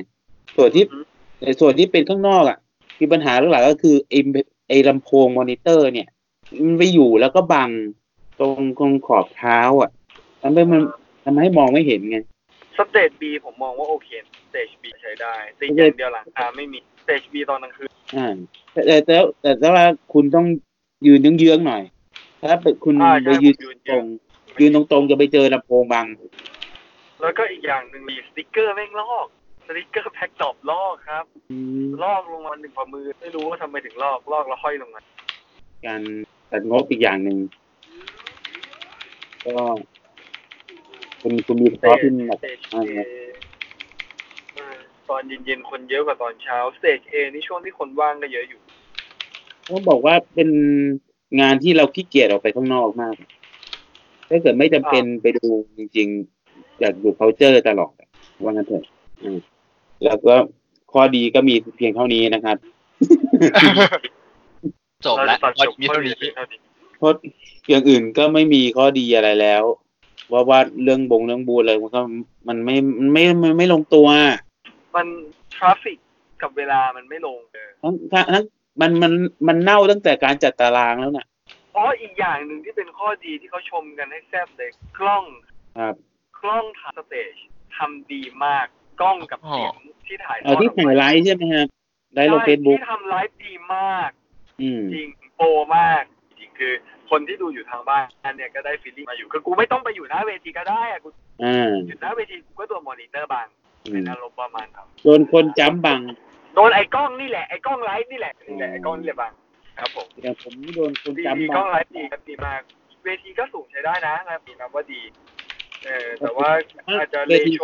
ส่วนที่ อือฮึ ในส่วนที่เป็นข้างนอกอ่ะ มีปัญหาหลักๆก็คือไอ้ไอ้ลำโพงมอนิเตอร์ เนี่ย มันไปอยู่แล้วก็บังตรงตรงขอบเท้า อ่ะทำให้มันทำให้มองไม่เห็นไง สเตจ B ผมมองว่าโอเคสเตจ B ใช้ได้ติดอย่างเดียวหลังคาไม่มีสเตจ B ตอนกลางคืน อ่าแต่แต่แต่แต่แต่ว่าคุณต้องยืนเยื้องๆหน่อย ถ้าเป็นคุณ อ่าใช่ ไปยืน ผมยืน ต เยื้ ร อง ง ยืนตรงๆจะไปเจอลำโพงบัง แล้วก็อีกอย่างหนึ่งมีสติ๊กเกอร์แม่งลอกสติ๊กเกอร์แพ็คดรอปลอกครับลอกลงมาหนึ่งฝ่ามือไม่รู้ว่าทำไมถึงลอกลอกแล้วห้อยลงมา การตัดงบอีกอย่างหนึ่งก็คุณคุณมี ส พอพินแบบ เตจ A เออตอนเย็นๆคนเยอะกว่าตอนเช้าสเตจ A นี่ช่วงที่คนว่างก็เยอะอยู่ ต้องบอกว่าเป็นงานที่เราขี้เกียจออกไปข้างนอกมาก ถ้าเกิดไม่จำเป็นไปดูจริงๆ อยากดูเคาเจอร์ตลอดอะว่างั้นเถอะอืมแล้วก็ข้อดีก็มีเพียงเท่านี้นะครับ จบแล้ว เราจะตัดจบ มีเท่านี้ ข้อดีเท่านี้ เพราะอย่างอื่นก็ไม่มีข้อดีอะไรแล้ว ว่าว่าเรื่องบงเรื่องบูอะไรมันก็มันไม่มันไม่มันไม่ลงตัว มันทราฟิกกับเวลามันไม่ลงเลย ทั้งทั้งทั้งมันมันมันเน่าตั้งแต่การจัดตารางแล้วน่ะ อ๋ออีกอย่างหนึ่งที่เป็นข้อดีที่เขาชมกันให้แซ่บเลยกล้อง ครับ กล้องถ่ายสเตจทำดีมากกล้องกับเสียงที่ถ่าย เอาที่ ทดออก ถ่าย มา ไลฟ์ใช่ไหมครับไลฟ์ลงเฟซบุ๊ก ที่ทำไลฟ์ดีมาก อืม จริงโปรมาก จริงคือคนที่ดูอยู่ทางบ้านเนี่ยก็ได้ฟีลลิ่งมาอยู่คือกูไม่ต้องไปอยู่หน้าเวทีก็ได้อะกู อ่า อยู่หน้าเวทีกูก็ตัวมอนิเตอร์บาง อื เป็ ม นอารมณ์ประมาณนั้น โดนคนจำบัง โดนไอ้กล้องนี่แหละไอ้กล้องไลฟ์นี่แหละนี่แหละไอ้กล้องนี่แหละบางครับผม อย่างผมนี่โดนคน ดี จำ กบัล้อง ง ไลฟ์ดีครับดีมาก เวทีก็สูงใช้ได้นะนะดีนับว่าดี เออแต่ว่าอาจจะเลโช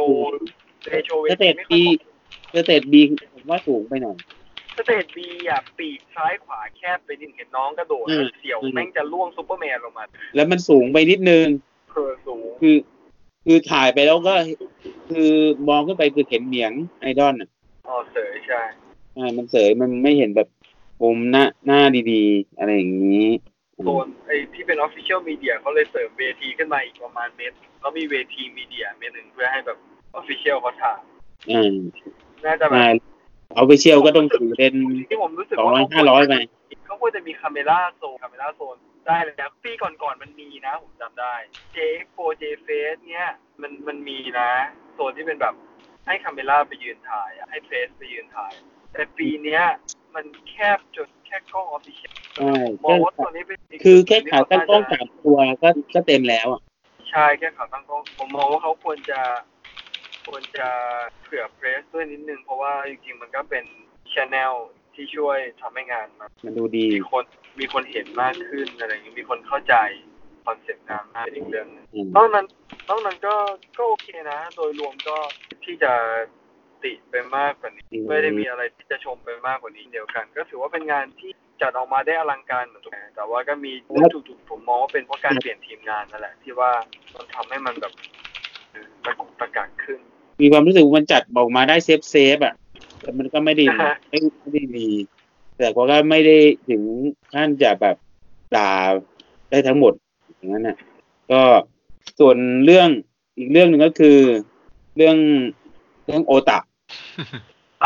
เลโชเว สเต ที ต ไม่ค่อย บี เหมาะ สเตตบีผมว่าสูงไปหน่อย สเตจบีอ่ะปีกซ้ายขวาแคบไปนิดเห็นน้องกระโดด อืม เสี่ยวแม่งจะล่วงซูเปอร์แมนลงมา แล้วมันสูงไปนิดนึง เพอสูง คือ คือถ่ายไปแล้วก็ คือมองขึ้นไปคือเห็นเหมียงไอดอลน่ะ อ๋อเสยใช่ อ่ามันเสยมันไม่เห็นแบบมุมหน้าหน้าดีๆ อะไรอย่างนี้ โซนไอ้ที่เป็นออฟฟิเชียลมีเดียเขาเลยเสริมเวทีขึ้นมาอีกประมาณเมตรแล้วมีเวทีมีเดียเมตรหนึ่งเพื่อให้แบบออฟฟิเชียลเขาถ่าย อ่า น่าจะแบบ มาเอาไปเชี่ยวก็ต้องถือเป็น ที่ผมรู้สึก สองร้ว่าอย เข ห้าร้อยไป เขาควรจะมีคาเมล่าโซนคาเมล่าโซนได้แล้วปีก่อนๆมันมีนะผมจำได้ J4 J-Face เนี้ยมันมันมีนะ โซนที่เป็นแบบให้คาเมล่าไปยืนถ่ายอะให้เฟสไปยืนถ่าย แต่ปีเนี้ยมันแคบจนแค่กล้องออฟฟิเชียล ใช่ มองว่าตัวนี้เป็นก คือแค่ จุดที่ ขาตั้งกล้อง น่จะ สามตัวก็ก็เต็มแล้วอ่ะ ใช่แค่ขาตั้งกล้องผมมองว่าเขาควรจะ ควรจะเผื่อเพรสด้วยนิดนึง เพราะว่าจริงๆ มันก็เป็นชแนลที่ช่วยทำให้งานมัน มันดูดี มีคนมีคนเห็นมากขึ้นอะไรอย่างนี้มีคนเข้าใจคอนเซ็ปต์งานมากขึ้นอีกเรื่องหนึง อืม นอกนั้นนอกนั้นก็ก็โอเคนะ โดยรวมก็ที่จะติไปมากกว่านี้ อืม ไม่ได้มีอะไรที่จะชมไปมากกว่านี้เดียวกัน ก็ถือว่าเป็นงานที่จัดออกมาได้อลังการเหมือนกันแต่ว่าก็มีจุดๆผมมองว่าเป็นเพราะการเปลี่ยนทีมงานนั่นแหละที่ว่ามันทำให้มันแบบตะกุกตะกักขึ้น มีความรู้สึกว่ามันจัดออกมาได้เซฟเซฟๆอ่ะ แต่มันก็ไม่ไดีไม่ไม่ได้ดี แต่ก็ก็ไม่ได้ถึงขั้นจะแบบด่าได้ทั้งหมดอย่างนั้นน่ะ ก็ส่วนเรื่องอีกเรื่องหนึ่งก็คือ เรื่องเรื่องโอตะ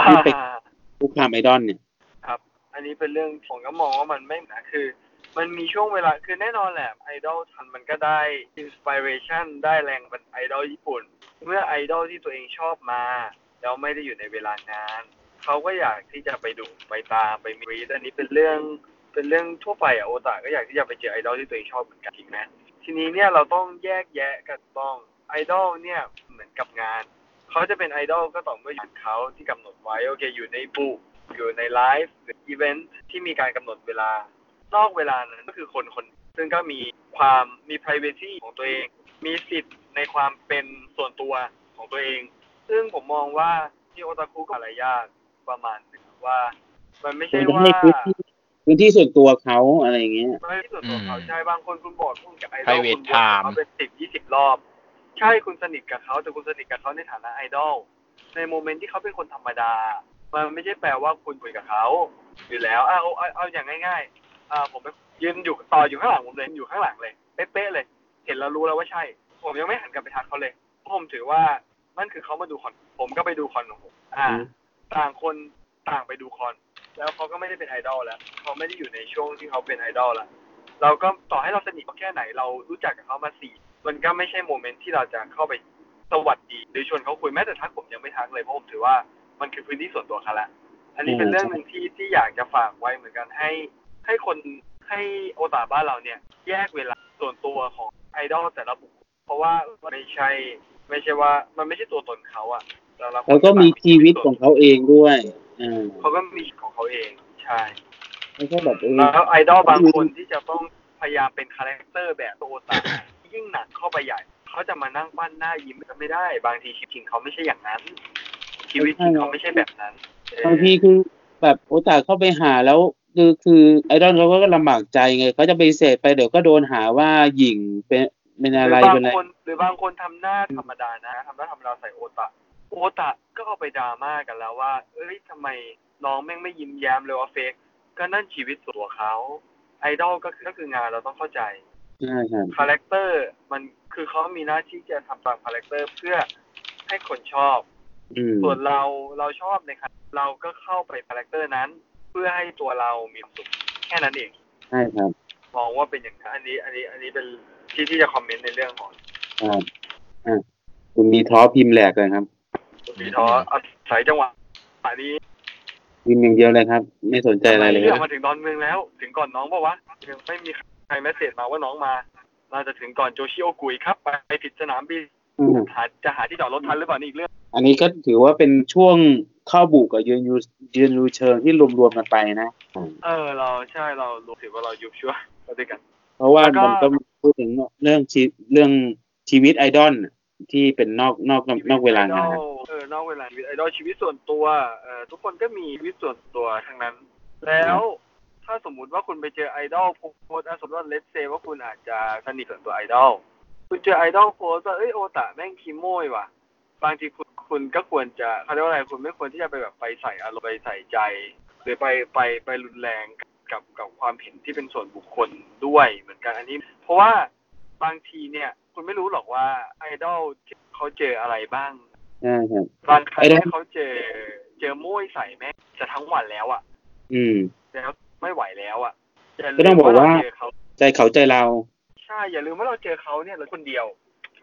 ที่ไป อ่า คุกคามไอดอลเนี่ย อันนี้เป็นเรื่องผมก็มองว่ามันไม่นะคือ มันมีช่วงเวลาคือแน่นอนแหละไอดอลทันมันก็ได้อินสปิเรชันได้แรงบันไอดอลญี่ปุ่น เมื่อไอดอลที่ตัวเองชอบมา แล้วไม่ได้อยู่ในเวลางาน เขาก็อยากที่จะไปดูไปตามไปมีดอันนี้เป็นเรื่องเป็นเรื่องทั่วไปอะโอตาก็อยากที่จะไปเจอไอดอลที่ตัวเองชอบเหมือนกันจริงไหมทีนี้เนี่ยเราต้องแยกแยะกันต้องไอดอลเนี่ยเหมือนกับงาน เขาจะเป็นไอดอลก็ต่อเมื่ออยู่เขาที่กำหนดไว้โอเคอยู่ในบูอยู่ในไลฟ์หรืออีเวนท์ที่มีการกำหนดเวลานอกเวลานั้นก็คือคนคนซึ่งก็มีความมี p r i v a c y ของตัวเอง มีสิทธิ์ในความเป็นส่วนตัวของตัวเอง ซึ่งผมมองว่าที่โอตาคุก็หลายยากประมาณหนึงว่า มันไม่ใช่มันต้ว่าองให้พื้นที่ พื้นที่ส่วนตัวเขาอะไรอย่างเงี้ย ไม่ที่สุดของเขา อืม ใช่บางคนคุณบอกคุณกับไอดอล Private คุณบอกกับ time เขาเป็นสิบยี่สิบรอบ ใช่คุณสนิทกับเขาแต่คุณสนิทกับเขาในฐานะไอดอลในโมเมนต์ที่เขาเป็นคนธรรมดา มันไม่ใช่แปลว่าคุณคุยกับเขาอยู่แล้วอ่ะเอาเอาเอาอย่างง่ายๆอ่าผมไปยืนอยู่ต่ออยู่ข้างหลังผมเลยอยู่ข้างหลังเลยเป๊ะๆเลย เห็นแล้วรู้แล้วว่าใช่ ผมยังไม่หันกลับไปทักเขาเลยเพราะผมถือว่านั่นคือเขามาดูคอนผมก็ไปดูคอนของผมอ่า อืม ต่างคนต่างไปดูคอน แล้วเขาก็ไม่ได้เป็นไอดอลแล้วเขาไม่ได้อยู่ในช่วงที่เขาเป็นไอดอลแล้ว เราก็ต่อให้เราสนิทเขาแค่ไหนเรารู้จักกับเขามาสี่มันก็ไม่ใช่โมเมนต์ที่เราจะเข้าไปสวัสดีหรือชวนเขาคุยแม้แต่ทักผมยังไม่ทักเลยเพราะผมถือว่ามันคือพื้นที่ส่วนตัวเขาละอันนี้เป็นเรื่องหนึ่งที่ที่อยากจะฝากไว้เหมือนกันให้ ให้คนให้โอตาบ้านเราเนี่ย แยกเวลาส่วนตัวของไอดอลแต่ละบุคคลเพราะว่าไม่ใช่ไม่ใช่ว่ามันไม่ใช่ตัวตนเขาอะแต่ละคน เขาก็มีชีวิตของเขาเองด้วยอ่า เขาก็มีของเขาเองใช่ ไม่ใช่แบบเออ แล้วไอดอลบางคนที่จะต้องพยายามเป็นคาแรคเตอร์แบบโอตา ยิ่งหนักเข้าไปใหญ่ เขาจะมานั่งปั้นหน้ายิ้มก็ไม่ได้ บางทีชีวิตจริงเขาไม่ใช่อย่างนั้น ชีวิตจริงเขาไม่ใช่แบบนั้นเออบ างทีคือแบบโอตาเข้าไปหาแล้วคือคือไอดอลเขาก็ลำบากใจไงเขาจะไปเสพไปเดี๋ยวก็โดนหาว่าหยิ่งเป็นเป็น ห อะ รื ไร บาง เป็นอะไร คนหรือบางคนทำหน้าธรรมดานะทำหน้าธรรมดาใส่โอตาโอตาก็เอาไปดราม่ากันแล้วว่า เอ้ยทำไมน้องแม่งไม่ยิ้มแย้มเลยว่าเฟกก็นั่นชีวิตส่วนตัวเขาไอดอลก็คือก็คืองานเราต้องเข้าใจ ใช่ครับ คาแรคเตอร์มันคือเขามีหน้าที่จะทำตามคาแรคเตอร์เพื่อให้คนชอบ อืม ส่วนเราเราชอบในคาเราก็เข้าไปคาแรคเตอร์นั้น เพื่อให้ตัวเรามีความสุขแค่นั้นเอง ใช่ครับ มองว่าเป็นอย่างนั้นอันนี้ อันนี้อันนี้เป็นที่ที่จะคอมเมนต์ในเรื่องของ ครับอ่ะคุณมีท้อพิมพ์แหลกเลยครับ คุณพีทออาศัยจังหวะอันนี้ พิมพ์อย่างเดียวเลยครับ ไม่สนใจอะไรเลยค เรื่อ รั ง บ มาถึงตอนเมืองแล้ว ถึงก่อนน้องปะวะยังไม่มีใครแมสเซจมาว่าน้องมาเราจะถึงก่อนโจชิโอกุยครับไปผิดสนามบิน อืม หาจะหาที่จอดรถทันหรือเปล่านี่อีกเรื่อง อันนี้ก็ถือว่าเป็นช่วงเข้าบุกกับยืนยูยืนยูเชิงที่รวมๆกันไปนะ เออเราใช่เรารู้ สึกว่าเรายุบชัวเราด้วยกัน เพราะว่า แล้วก็ ผมก็พูดถึงเรื่องชีเรื่องชีวิตไอดอลที่เป็นนอกนอกนอกเวลางาน ไอดอเออนอกเวลาชีวิตไอดอลชีวิตส่วนตัวเออทุกคนก็มีชีวิตส่วนตัวทั้งนั้น แล้วถ้าสมมุติว่าคุณไปเจอไอดอลโพสต์อ่ะสมมติว่าเลสเซว่าคุณอาจจะสนิทส่วนตัวไอดอลคุณเจอไอดอลโพสต์ว่าเอ้ยโอตะแม่งขี้โม้ยว่ะ บางทีคุณคุณก็ควรจะเขาเรียกว่าอะไรคุณไม่ควรที่จะไปแบบไปใส่อารมณ์ไปใส่ใจ หรือไปไปไปรุนแรงกับกับความเห็นที่เป็นส่วนบุคคลด้วยเหมือนกันอันนี้ เพราะว่าบางทีเนี่ย คุณไม่รู้หรอกว่าไอดอลเขาเจออะไรบ้าง ใช่ครับ บางครั้ง ไอ้นั่น เขาเจอเจอโม้ยใส่แม่งจะทั้งวันแล้วอะ อืม แล้วไม่ไหวแล้วอะย่ลืม ก็ต้องบอกว่า เรเจอเขา ใจเขาใจเรา ใช่อย่าลืมว่าเราเจอเขาเนี่ยเราคนเดียว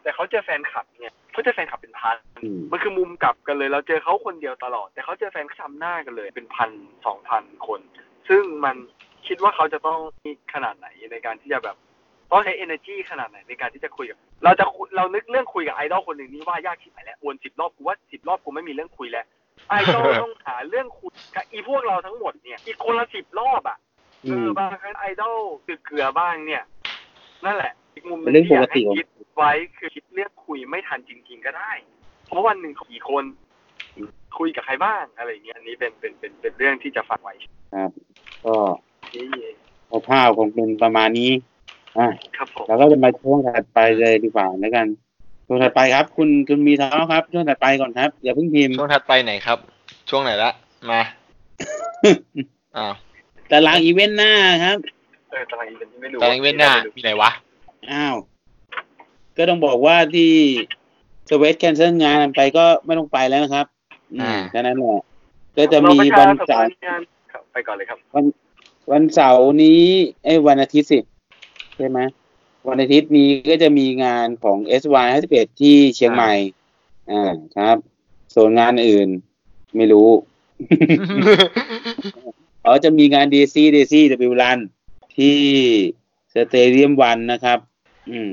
แต่เขาเจอแฟนคลับเนี่ยเขาเจอแฟนคลับเป็นพัน อืม มันคือมุมกลับกันเลย เราเจอเขาคนเดียวตลอด แต่เขาเจอแฟนคลับหน้ากันเลย เป็นพันสองพันคน ซึ่งมันคิดว่าเขาจะต้องมีขนาดไหนในการที่จะแบบต้องใช้ energy ขนาดไหนในการที่จะคุยกับเราจะคุยเรานึกเรื่องคุยกับไอดอลคนหนึ่งนี่ว่ายากชิบหายแล้ววนสิบรอบกูว่าสิบรอบกูไม่มีเรื่องคุยแล้ว ไอดอลต้องหาเรื่องคุยกับอีพวกเราทั้งหมดเนี่ย อีกคนละสิบรอบอ่ะเอ อื อ ม บางครั้งไอดอลตึกเกลือบ้างเนี่ย นั่นแหละ อีกมุมหนึ เรื่องปกติ ที่อยาให้คิดไว้คือคิดเรื่องคุยไม่ทันจริง ๆ ก็ได้ เพราะวันหนึ่งกี่คนคุยกับใครบ้างอะไรอย่างเงี้ยอันนี้เป็นเป็นเป็นเป็นเรื่องที่จะฝากไว้ ก็ ที่ คร่าวๆคงเป็นประมาณนี้ อ่ะ ครับผม แล้วก็จะมาช่วงถัดไปเลยดีกว่าแล้วกันช่วงถัดไปครับ คุณคุณมีเท้าครับช่วงถัดไปก่อนครับ อย่าเพิ่งพิมพ์ ช่วงถัดไปไหนครับ ช่วงไหนละ มา อ้าว ตารางอีเวนต์หน้าครับ เออตารางอีเวนต์ที่ไม่รู้ ตารางเว้นหน้า มีไหน วะ อ้าว ก็ต้องบอกว่าที่สเวสแคนเซิลงานไปก็ไม่ต้องไปแล้วนะครับ อื อ่า มแค่นั้นแหละก็จะมีวันเสาร์ ครับไปก่อนเลยครับ วันเสาร์นี้ไอ้ยวันอาทิตย์สิ ใช่ไหมวันอาทิตย์นี้ก็จะมีงานของ s y 5 1ที่เชียงใหม่ อ่าครับ ส่วนงานอื่น ไม่รู้ อ๋อจะมีงาน DC DC W Run ที่สเตเดียมวันนะครับ อืม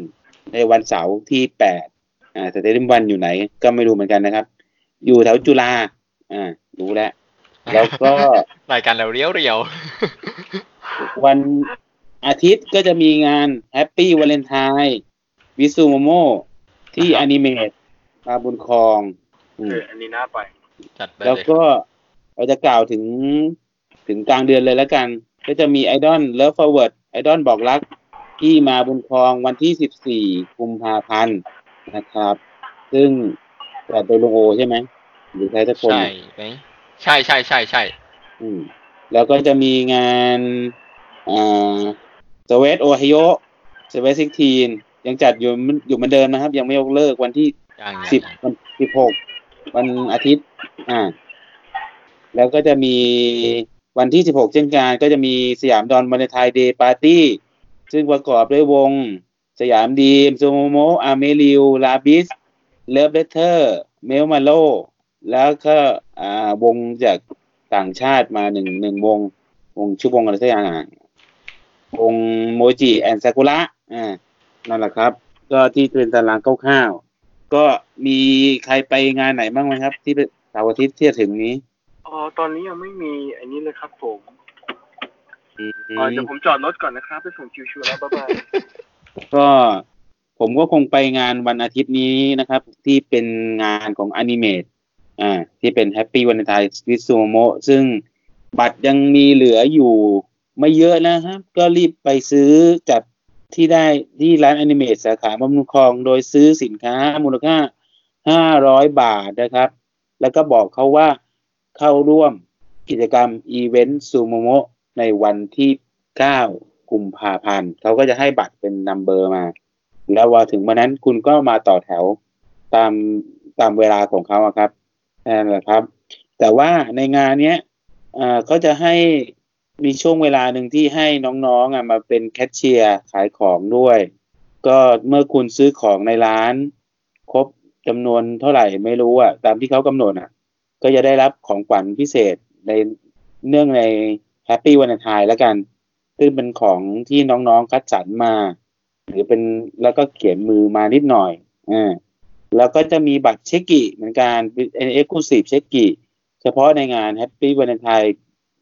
ในวันเสาร์ที่แปดอ่าสเตเดียมวันอยู่ไหน ก็ไม่รู้เหมือนกันนะครับ อยู่แถวจุฬาอ่ารู้แล้ว แล้วก็ รายการเราเรียวเรียว วันอาทิตย์ก็จะมีงาน Happy Valentine วิซูโมโมที่อนิเมตมาบุญครองอื เอ ม ออันนี้น่าไป ๆจัดไป แล้ว เลย ก็เราจะกล่าวถึงถึงกลางเดือนเลยแล้วกัน ก็จะมีไอดอลเลิฟฟอร์เวิร์ดไอดอลบอกรักที่มาบุญครองวันที่สิบสี่กุมภาพันธ์นะครับ ซึ่งจัดโดยลุงโอใช่ไหมหรือใครสักคน ใช่ไหมใช่ใช่ใช่ใช่ อืมแล้วก็จะมีงานอ่าสวีทโอไฮโอสวีทซิกทีนยังจัดอยู่เหมือนอยู่เหมือนเดิมนะครับ ยังไม่ยกเลิกวันที่ อย่าง สิบวันสิบหกวันอาทิตย์ อ่า แล้วก็จะมีวันที่สิบหกเช่นกันก็จะมีสยามดอนวันไทยเดย์ปาร์ตี้ ซึ่งประกอบด้วยวง สยามดีมซูโมโมอาเมริวลาบิสเลิฟเลเทอร์เมลมาโลแล้วก็อ่าวงจากต่างชาติมาหนึ่งหนึ่งวง วงชื่อวงอะไรสักอย่างอ่ะวงโมจิแอนซากุระอ่านั่นแหละครับ ก็ที่เป็นตารางคร่าวๆ ก็มีใครไปงานไหนบ้างไหมครับ ที่เสาร์อาทิตย์ที่จะถึงนี้ อ๋อ ตอนนี้ยังไม่มีอันนี้เลยครับผม อืม อ๋อเดี๋ยวผมจอดรถก่อนนะครับ ไปส่งคิวชูแล้วบ๊ายบาย ก็ผมก็คงไปงานวันอาทิตย์นี้นะครับ ที่เป็นงานของอนิเมตอ่าที่เป็นแฮปปี้วันไทยวิซูโมซึ่งบัตรยังมีเหลืออยู่ไม่เยอะนะครับ ก็รีบไปซื้อจับที่ได้ที่ร้านอนิเมตสาขาบำรุงคลอง โดยซื้อสินค้ามูลค่า 500 บาทนะครับ แล้วก็บอกเขาว่าเข้าร่วมกิจกรรมอีเวนต์ซูโมโมในวันที่ 9 กุมภาพันธ์เขาก็จะให้บัตรเป็นนัมเบอร์มา แล้วว่าถึงวันนั้นคุณก็มาต่อแถวตามตามเวลาของเขาอะครับนั่นแหละครับ แต่ว่าในงานเนี้ยเอ่อเขาจะให้มีช่วงเวลาหนึ่งที่ให้น้องๆอะมาเป็นแคชเชียร์ขายของด้วย ก็เมื่อคุณซื้อของในร้าน ครบจำนวนเท่าไหร่ไม่รู้อะตามที่เขากำหนดอะ ก็จะได้รับของขวัญพิเศษในเนื่องในแฮปปี้วันไทยแล้วกัน ซึ่งเป็นของที่น้องๆคัดสรรมา หรือเป็นแล้วก็เขียนมือมานิดหน่อยอ่าแล้วก็จะมีบัตรเช็คกิเหมือนกันเป็นเอ็กซ์คลูซีฟเช็คกิเฉพาะในงานแฮปปี้วันไทย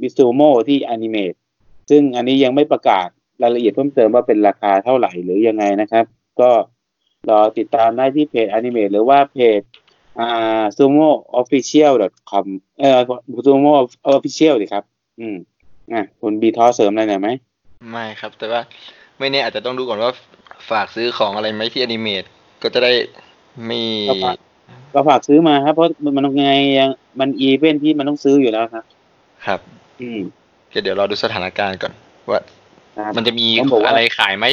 วิซูโมที่อนิเมตซึ่งอันนี้ยังไม่ประกาศรายละเอียดเพิ่มเติมว่าเป็นราคาเท่าไหร่หรือยังไงนะครับ ก็รอติดตามได้ที่เพจอนิเมตหรือว่าเพจ อ่า sumo official com เอ่อ sumo official ดิครับ อืมอ่ะคุณบีทอเสริมอะไรหน่อยไหม ไม่ครับ แต่ว่าไม่แน่อาจจะต้องดูก่อนว่าฝากซื้อของอะไรไหมที่อนิเมตก็จะได้มี ก็ฝากก็ฝากซื้อมาครับ เพราะมันต้องไงยังมันอีเวนที่มันต้องซื้ออยู่แล้วครับ ครับ อืม เดี๋ยวรอดูสถานการณ์ก่อน ว่า ครับ มันจะมี ต้องบอกว่า อะไรขาย ไหม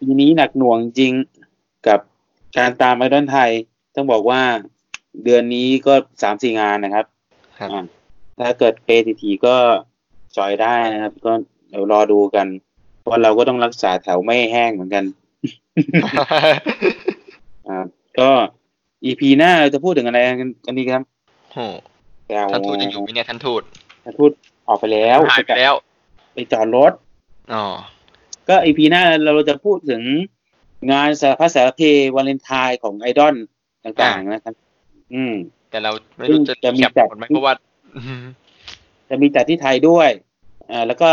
ปีนี้หนักหน่วงจริงกับการตามไอดอลไทย ต้องบอกว่าเดือนนี้ก็สามสี่งานนะครับ ครับ อ่ะถ้าเกิดเปย์ทีทีก็จอยได้นะครับ ก็เดี๋ยวรอดูกัน เพราะเราก็ต้องรักษาแถวไม่ให้แห้งเหมือนกัน อ่าก็อีพีหน้าเราจะพูดถึงอะไรกันกันดีครับ โอ้ เดี๋ยว ท่านทูตยังอยู่ไหมเนี่ยท่านทูต ท่านทูตออกไปแล้ว หายไปแล้ว ไปจอดรถ อ๋อ ก็อีพีหน้าเราจะพูดถึงงานสารพัดสารเพวาเลนไทน์ของไอดอลต่างๆนะครับ อืม แต่เราไม่รู้จะ จะมี แคป จัด หมดไหมเพราะ ว่า จะมีจัดที่ไทยด้วยอ่าแล้วก็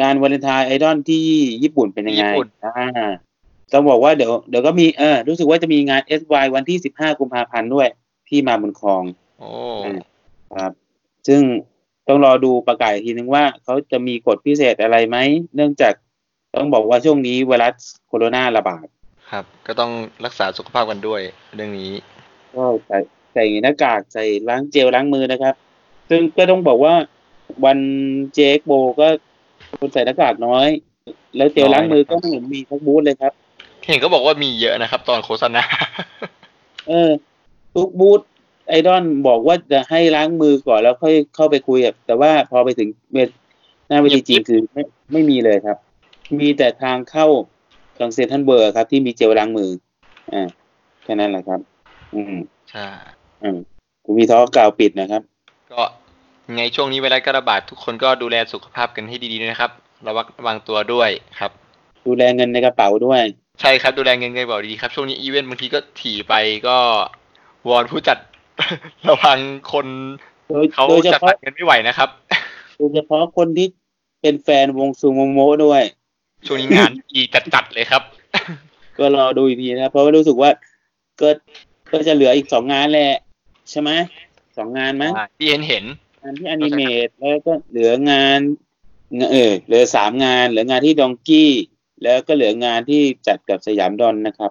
งานวาเลนไทน์ไอดอลที่ญี่ปุ่นเป็นยังไง ญี่ปุ่น อ่าต้องบอกว่าเดี๋ยวเดี๋ยวก็มีเออรู้สึกว่าจะมีงาน SY วันที่ 15 กุมภาพันธ์ด้วย ที่มาบุญครอง โอ้ ครับ ซึ่งต้องรอดูประกาศอีกทีนึงว่าเขาจะมีกฎพิเศษอะไรไหม เนื่องจากต้องบอกว่าช่วงนี้ไวรัสโคโรนาระบาด ครับ ก็ต้องรักษาสุขภาพกันด้วยเรื่องนี้ ก็ใส่ ใส่หน้ากากใส่ล้างเจลล้างมือนะครับ ซึ่งก็ต้องบอกว่าวันเจเอ็กโบก็คนใส่หน้ากากน้อย แล้วเจลล้างมือก็ไม่เห็นมีทักบูธเลยครับ เห็นก็บอกว่ามีเยอะนะครับ ตอนโฆษณา เออทุกบูธไอดอนบอกว่าจะให้ล้างมือก่อนแล้วค่อยเข้าไปคุยอะแต่ว่าพอไปถึงเวทหน้าเวทีจริงคือไม่ไม่มีเลยครับ มีแต่ทางเข้าทางเซนทรันเบอร์ครับ ที่มีเจลล้างมือ อ่าแค่นั้นแหละครับ อืม ใช่ อืมคุณมีท้อกล่าวปิดนะครับ ก็ยังไงช่วงนี้ไวรัสก็ระบาดทุกคนก็ดูแลสุขภาพกันให้ดีๆด้วยนะครับ ระวังระวังตัวด้วยครับ ดูแลเงินในกระเป๋าด้วย ใช่ครับดูแลเงินเงินบอกดีๆครับช่วงนี้อีเวนต์บางทีก็ถี่ไปก็วอนผู้จัด ระวังคน โดย เขา โดยเฉ จัด พาะ สรรเงินไม่ไหวนะครับ โดยเฉพาะคนที่เป็นแฟนวงซูโมโมด้วย ช่วงนี้งานดีจัดๆเลยครับ ก็รอดูอีกทีนะครับเพราะว่ารู้สึกว่าก็ก็จะเหลืออีกสองงานแหละ ใช่ไหมสองงานมั้ง ที่เห็นเห็น งานที่อนิเมตแล้วก็เหลืองานเออเหลือสามงานเหลืองานที่ดองกี้ แล้วก็เหลืองานที่จัดกับสยามดอนนะครับ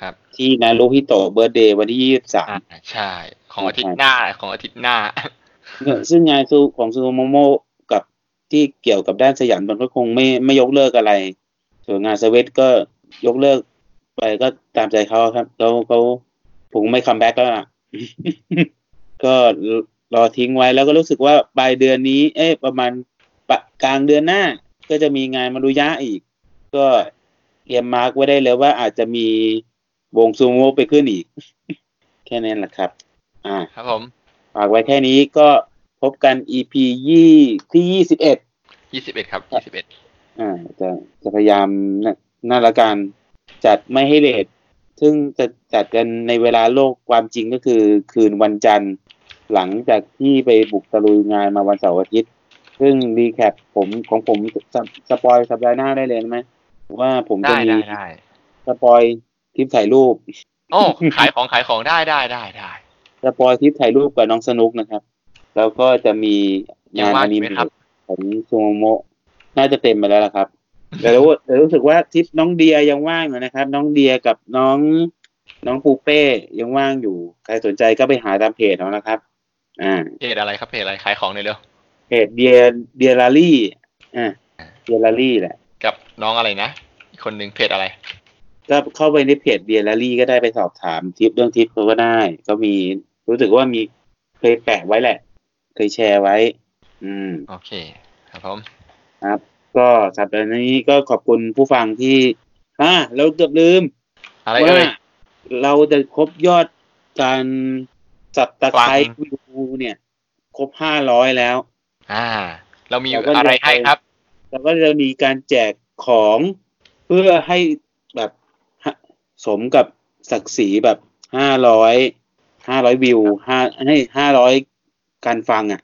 ครับ ที่นารุฮิโตะเบ r ร์ d เดย์วันที่ยี่สิบสาม อ่าใช่ ของ ใช่ อาทิตย์หน้าของอาทิตย์หน้า ซึ่งงานซูของซูโมโมกับที่เกี่ยวกับด้านสยามดอนก็คงไม่ไม่ยกเลิกอะไร ส่วนงานสเวตก็ยกเลิกไปก็ตามใจเขาครับ เขาเขาผมไม่คัมแบ็กแล้วล่ะ ก็รอทิ้งไว้แล้วก็รู้สึกว่าปลายเดือนนี้ เอ๊ะประมาณปะกลางเดือนหน้า ก็จะมีงานมารุยะอีก ก็เตรียมมาร์กไว้ได้เลยว่าอาจจะมีวงซูโมไปขึ้นอีก แค่นั้นแหละครับ อ่า ครับผม ฝากไว้แค่นี้ก็พบกัน EP ยี่ที่ยี่สิบเอ็ด ยี่สิบเอ็ดครับยี่สิบเอ็ด อ่าจะจะพยายามนนั่นละการจัดไม่ให้เลทซึ่งจะจัดกันในเวลาโลกความจริงก็คือคืนวันจันทร์ หลังจากที่ไปบุกตะลุยงานมาวันเสาร์อาทิตย์ ซึ่งรีแคปผมของผมสปสปอยสัปดาห์หน้าได้เลยไหมว่าผมจะ ได้ มี ได้ได้ สปอยคลิปถ่ายรูป โอ้ขายของขายของได้ได้ได้ได้ สปอยทิปถ่ายรูปกับน้องสนุกนะครับ แล้วก็จะมี ยัง งาน ว่าองอ นิ ยู่ไหม เมะ ครับ ของซูโมโมะน่าจะเต็มไปแล้วล่ะครับแต่รู้แต่รู้สึกว่าทริปน้องเดียยังว่างอยู่นะครับ น้องเดียกับน้องน้องปูเป้ยังว่างอยู่ ใครสนใจก็ไปหาตามเพจเอานะครับ อ่า เพจอะไรครับเพจอะไรขายของหน่อยเร็ว เพจเดียเดียลารี่อ่าเดียลารี่แหละ กับน้องอะไรนะอีกคนหนึ่งเพจอะไร ก็เข้าไปในเพจเดียลารี่ก็ได้ไปสอบถามทิปเรื่องทิปเขาก็ได้ ก็มีรู้สึกว่ามีเคยแปะไว้แหละ เคยแชร์ไว้ อืม โอเค ครับผม ครับก็สัปดาห์นี้ก็ขอบคุณผู้ฟังที่อ่าเราเกือบลืม อะไร ว่า เอ่ย เราจะครบยอดการสับตะไคร้ ฟัง วิวเนี่ย ครบห้าร้อยแล้ว อ่า เรามี เราก็ อะไรให้ครับ แล้วก็จะมีการแจกของเพื่อให้แบบฮะสมกับศักดิ์ศรีแบบห้าร้อยห้าร้อยวิวห้าให้ห้าร้อยการฟังอ่ะ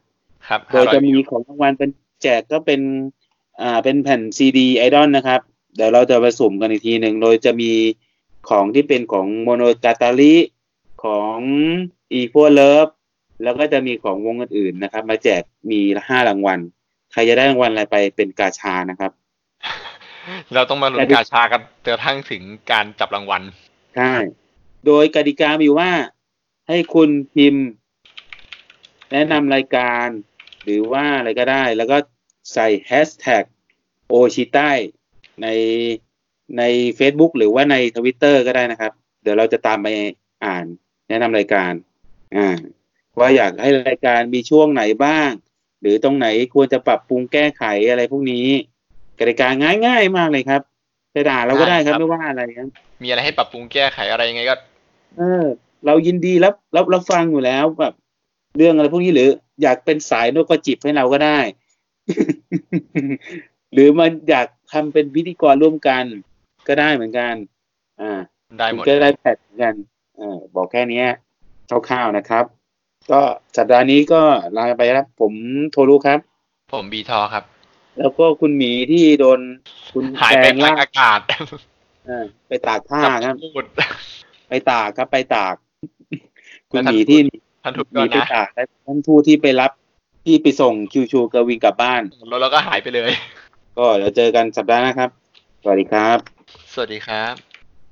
ครับ โดยจะมี 500 ของรางวัลเป็นแจกก็เป็น อ่า เป็นแผ่นซีดีไอดอลนะครับ เดี๋ยวเราจะผสมกันอีกทีหนึ่ง โดยจะมีของที่เป็นของโมโนกาตาลิของอีโ l เลิฟแล้วก็จะมีของวงอื่นๆนะครับ มาแจกมีห้ารางวัล ใครจะได้รางวัลอะไรไปเป็นกาชานะครับ เราต้องมาลุ้นกาชากันจนกระทั่งถึงการจับรางวัล ใช่ โดยกติกามีอยู่ว่าให้คุณพิมพ์ แนะนำรายการ หรือว่าอะไรก็ได้ แล้วก็ใส่แฮชแท็กโอชิใต้ในใน Facebook หรือว่าในทวิตเตอร์ก็ได้นะครับ เดี๋ยวเราจะตามไปอ่านแนะนำรายการอ่าว่าอยากให้รายการมีช่วงไหนบ้าง หรือตรงไหนควรจะปรับปรุงแก้ไขอะไรพวกนี้กติกาง่ายๆมากเลยครับไปด่าเราก็ได้ครับ ได้ครับ ไม่ว่าอะไรครับ มีอะไรให้ปรับปรุงแก้ไขอะไรยังไงก็ เออเรายินดีรับรับรับฟังอยู่แล้วแบบเรื่องอะไรพวกนี้หรือ อยากเป็นสายนกกระจิบให้เราก็ได้ หรือมันอยากทำเป็นพิธีกรร่วมกัน ก็ได้เหมือนกัน อ่า ได้หมคุดณก็ได้แพทเหมือนกันเออบอกแค่เนี้ยคร่าวๆนะครับ ก็สัปดาห์นี้ก็ลาไปแล้วผมโทรุครับ ผมบีทอครับ แล้วก็คุณหมีที่โดนคุณ หาย แฟ ไป น ทา ลาง ก อากาศ เออไปตากผ้าครับ พูด ไปตากครับไปตาก คุณ แล้หวท่าน มีที่ ท่านถูก มี ก่อน ไป นะ ตากและท่านทูตที่ไปรับที่ไปส่งคิวชูกวินกลับบ้าน แล้วเราก็หายไปเลย ก็เดี๋ยวเจอกันสัปดาห์หน้าครับ สวัสดีครับ สวัสดีครับ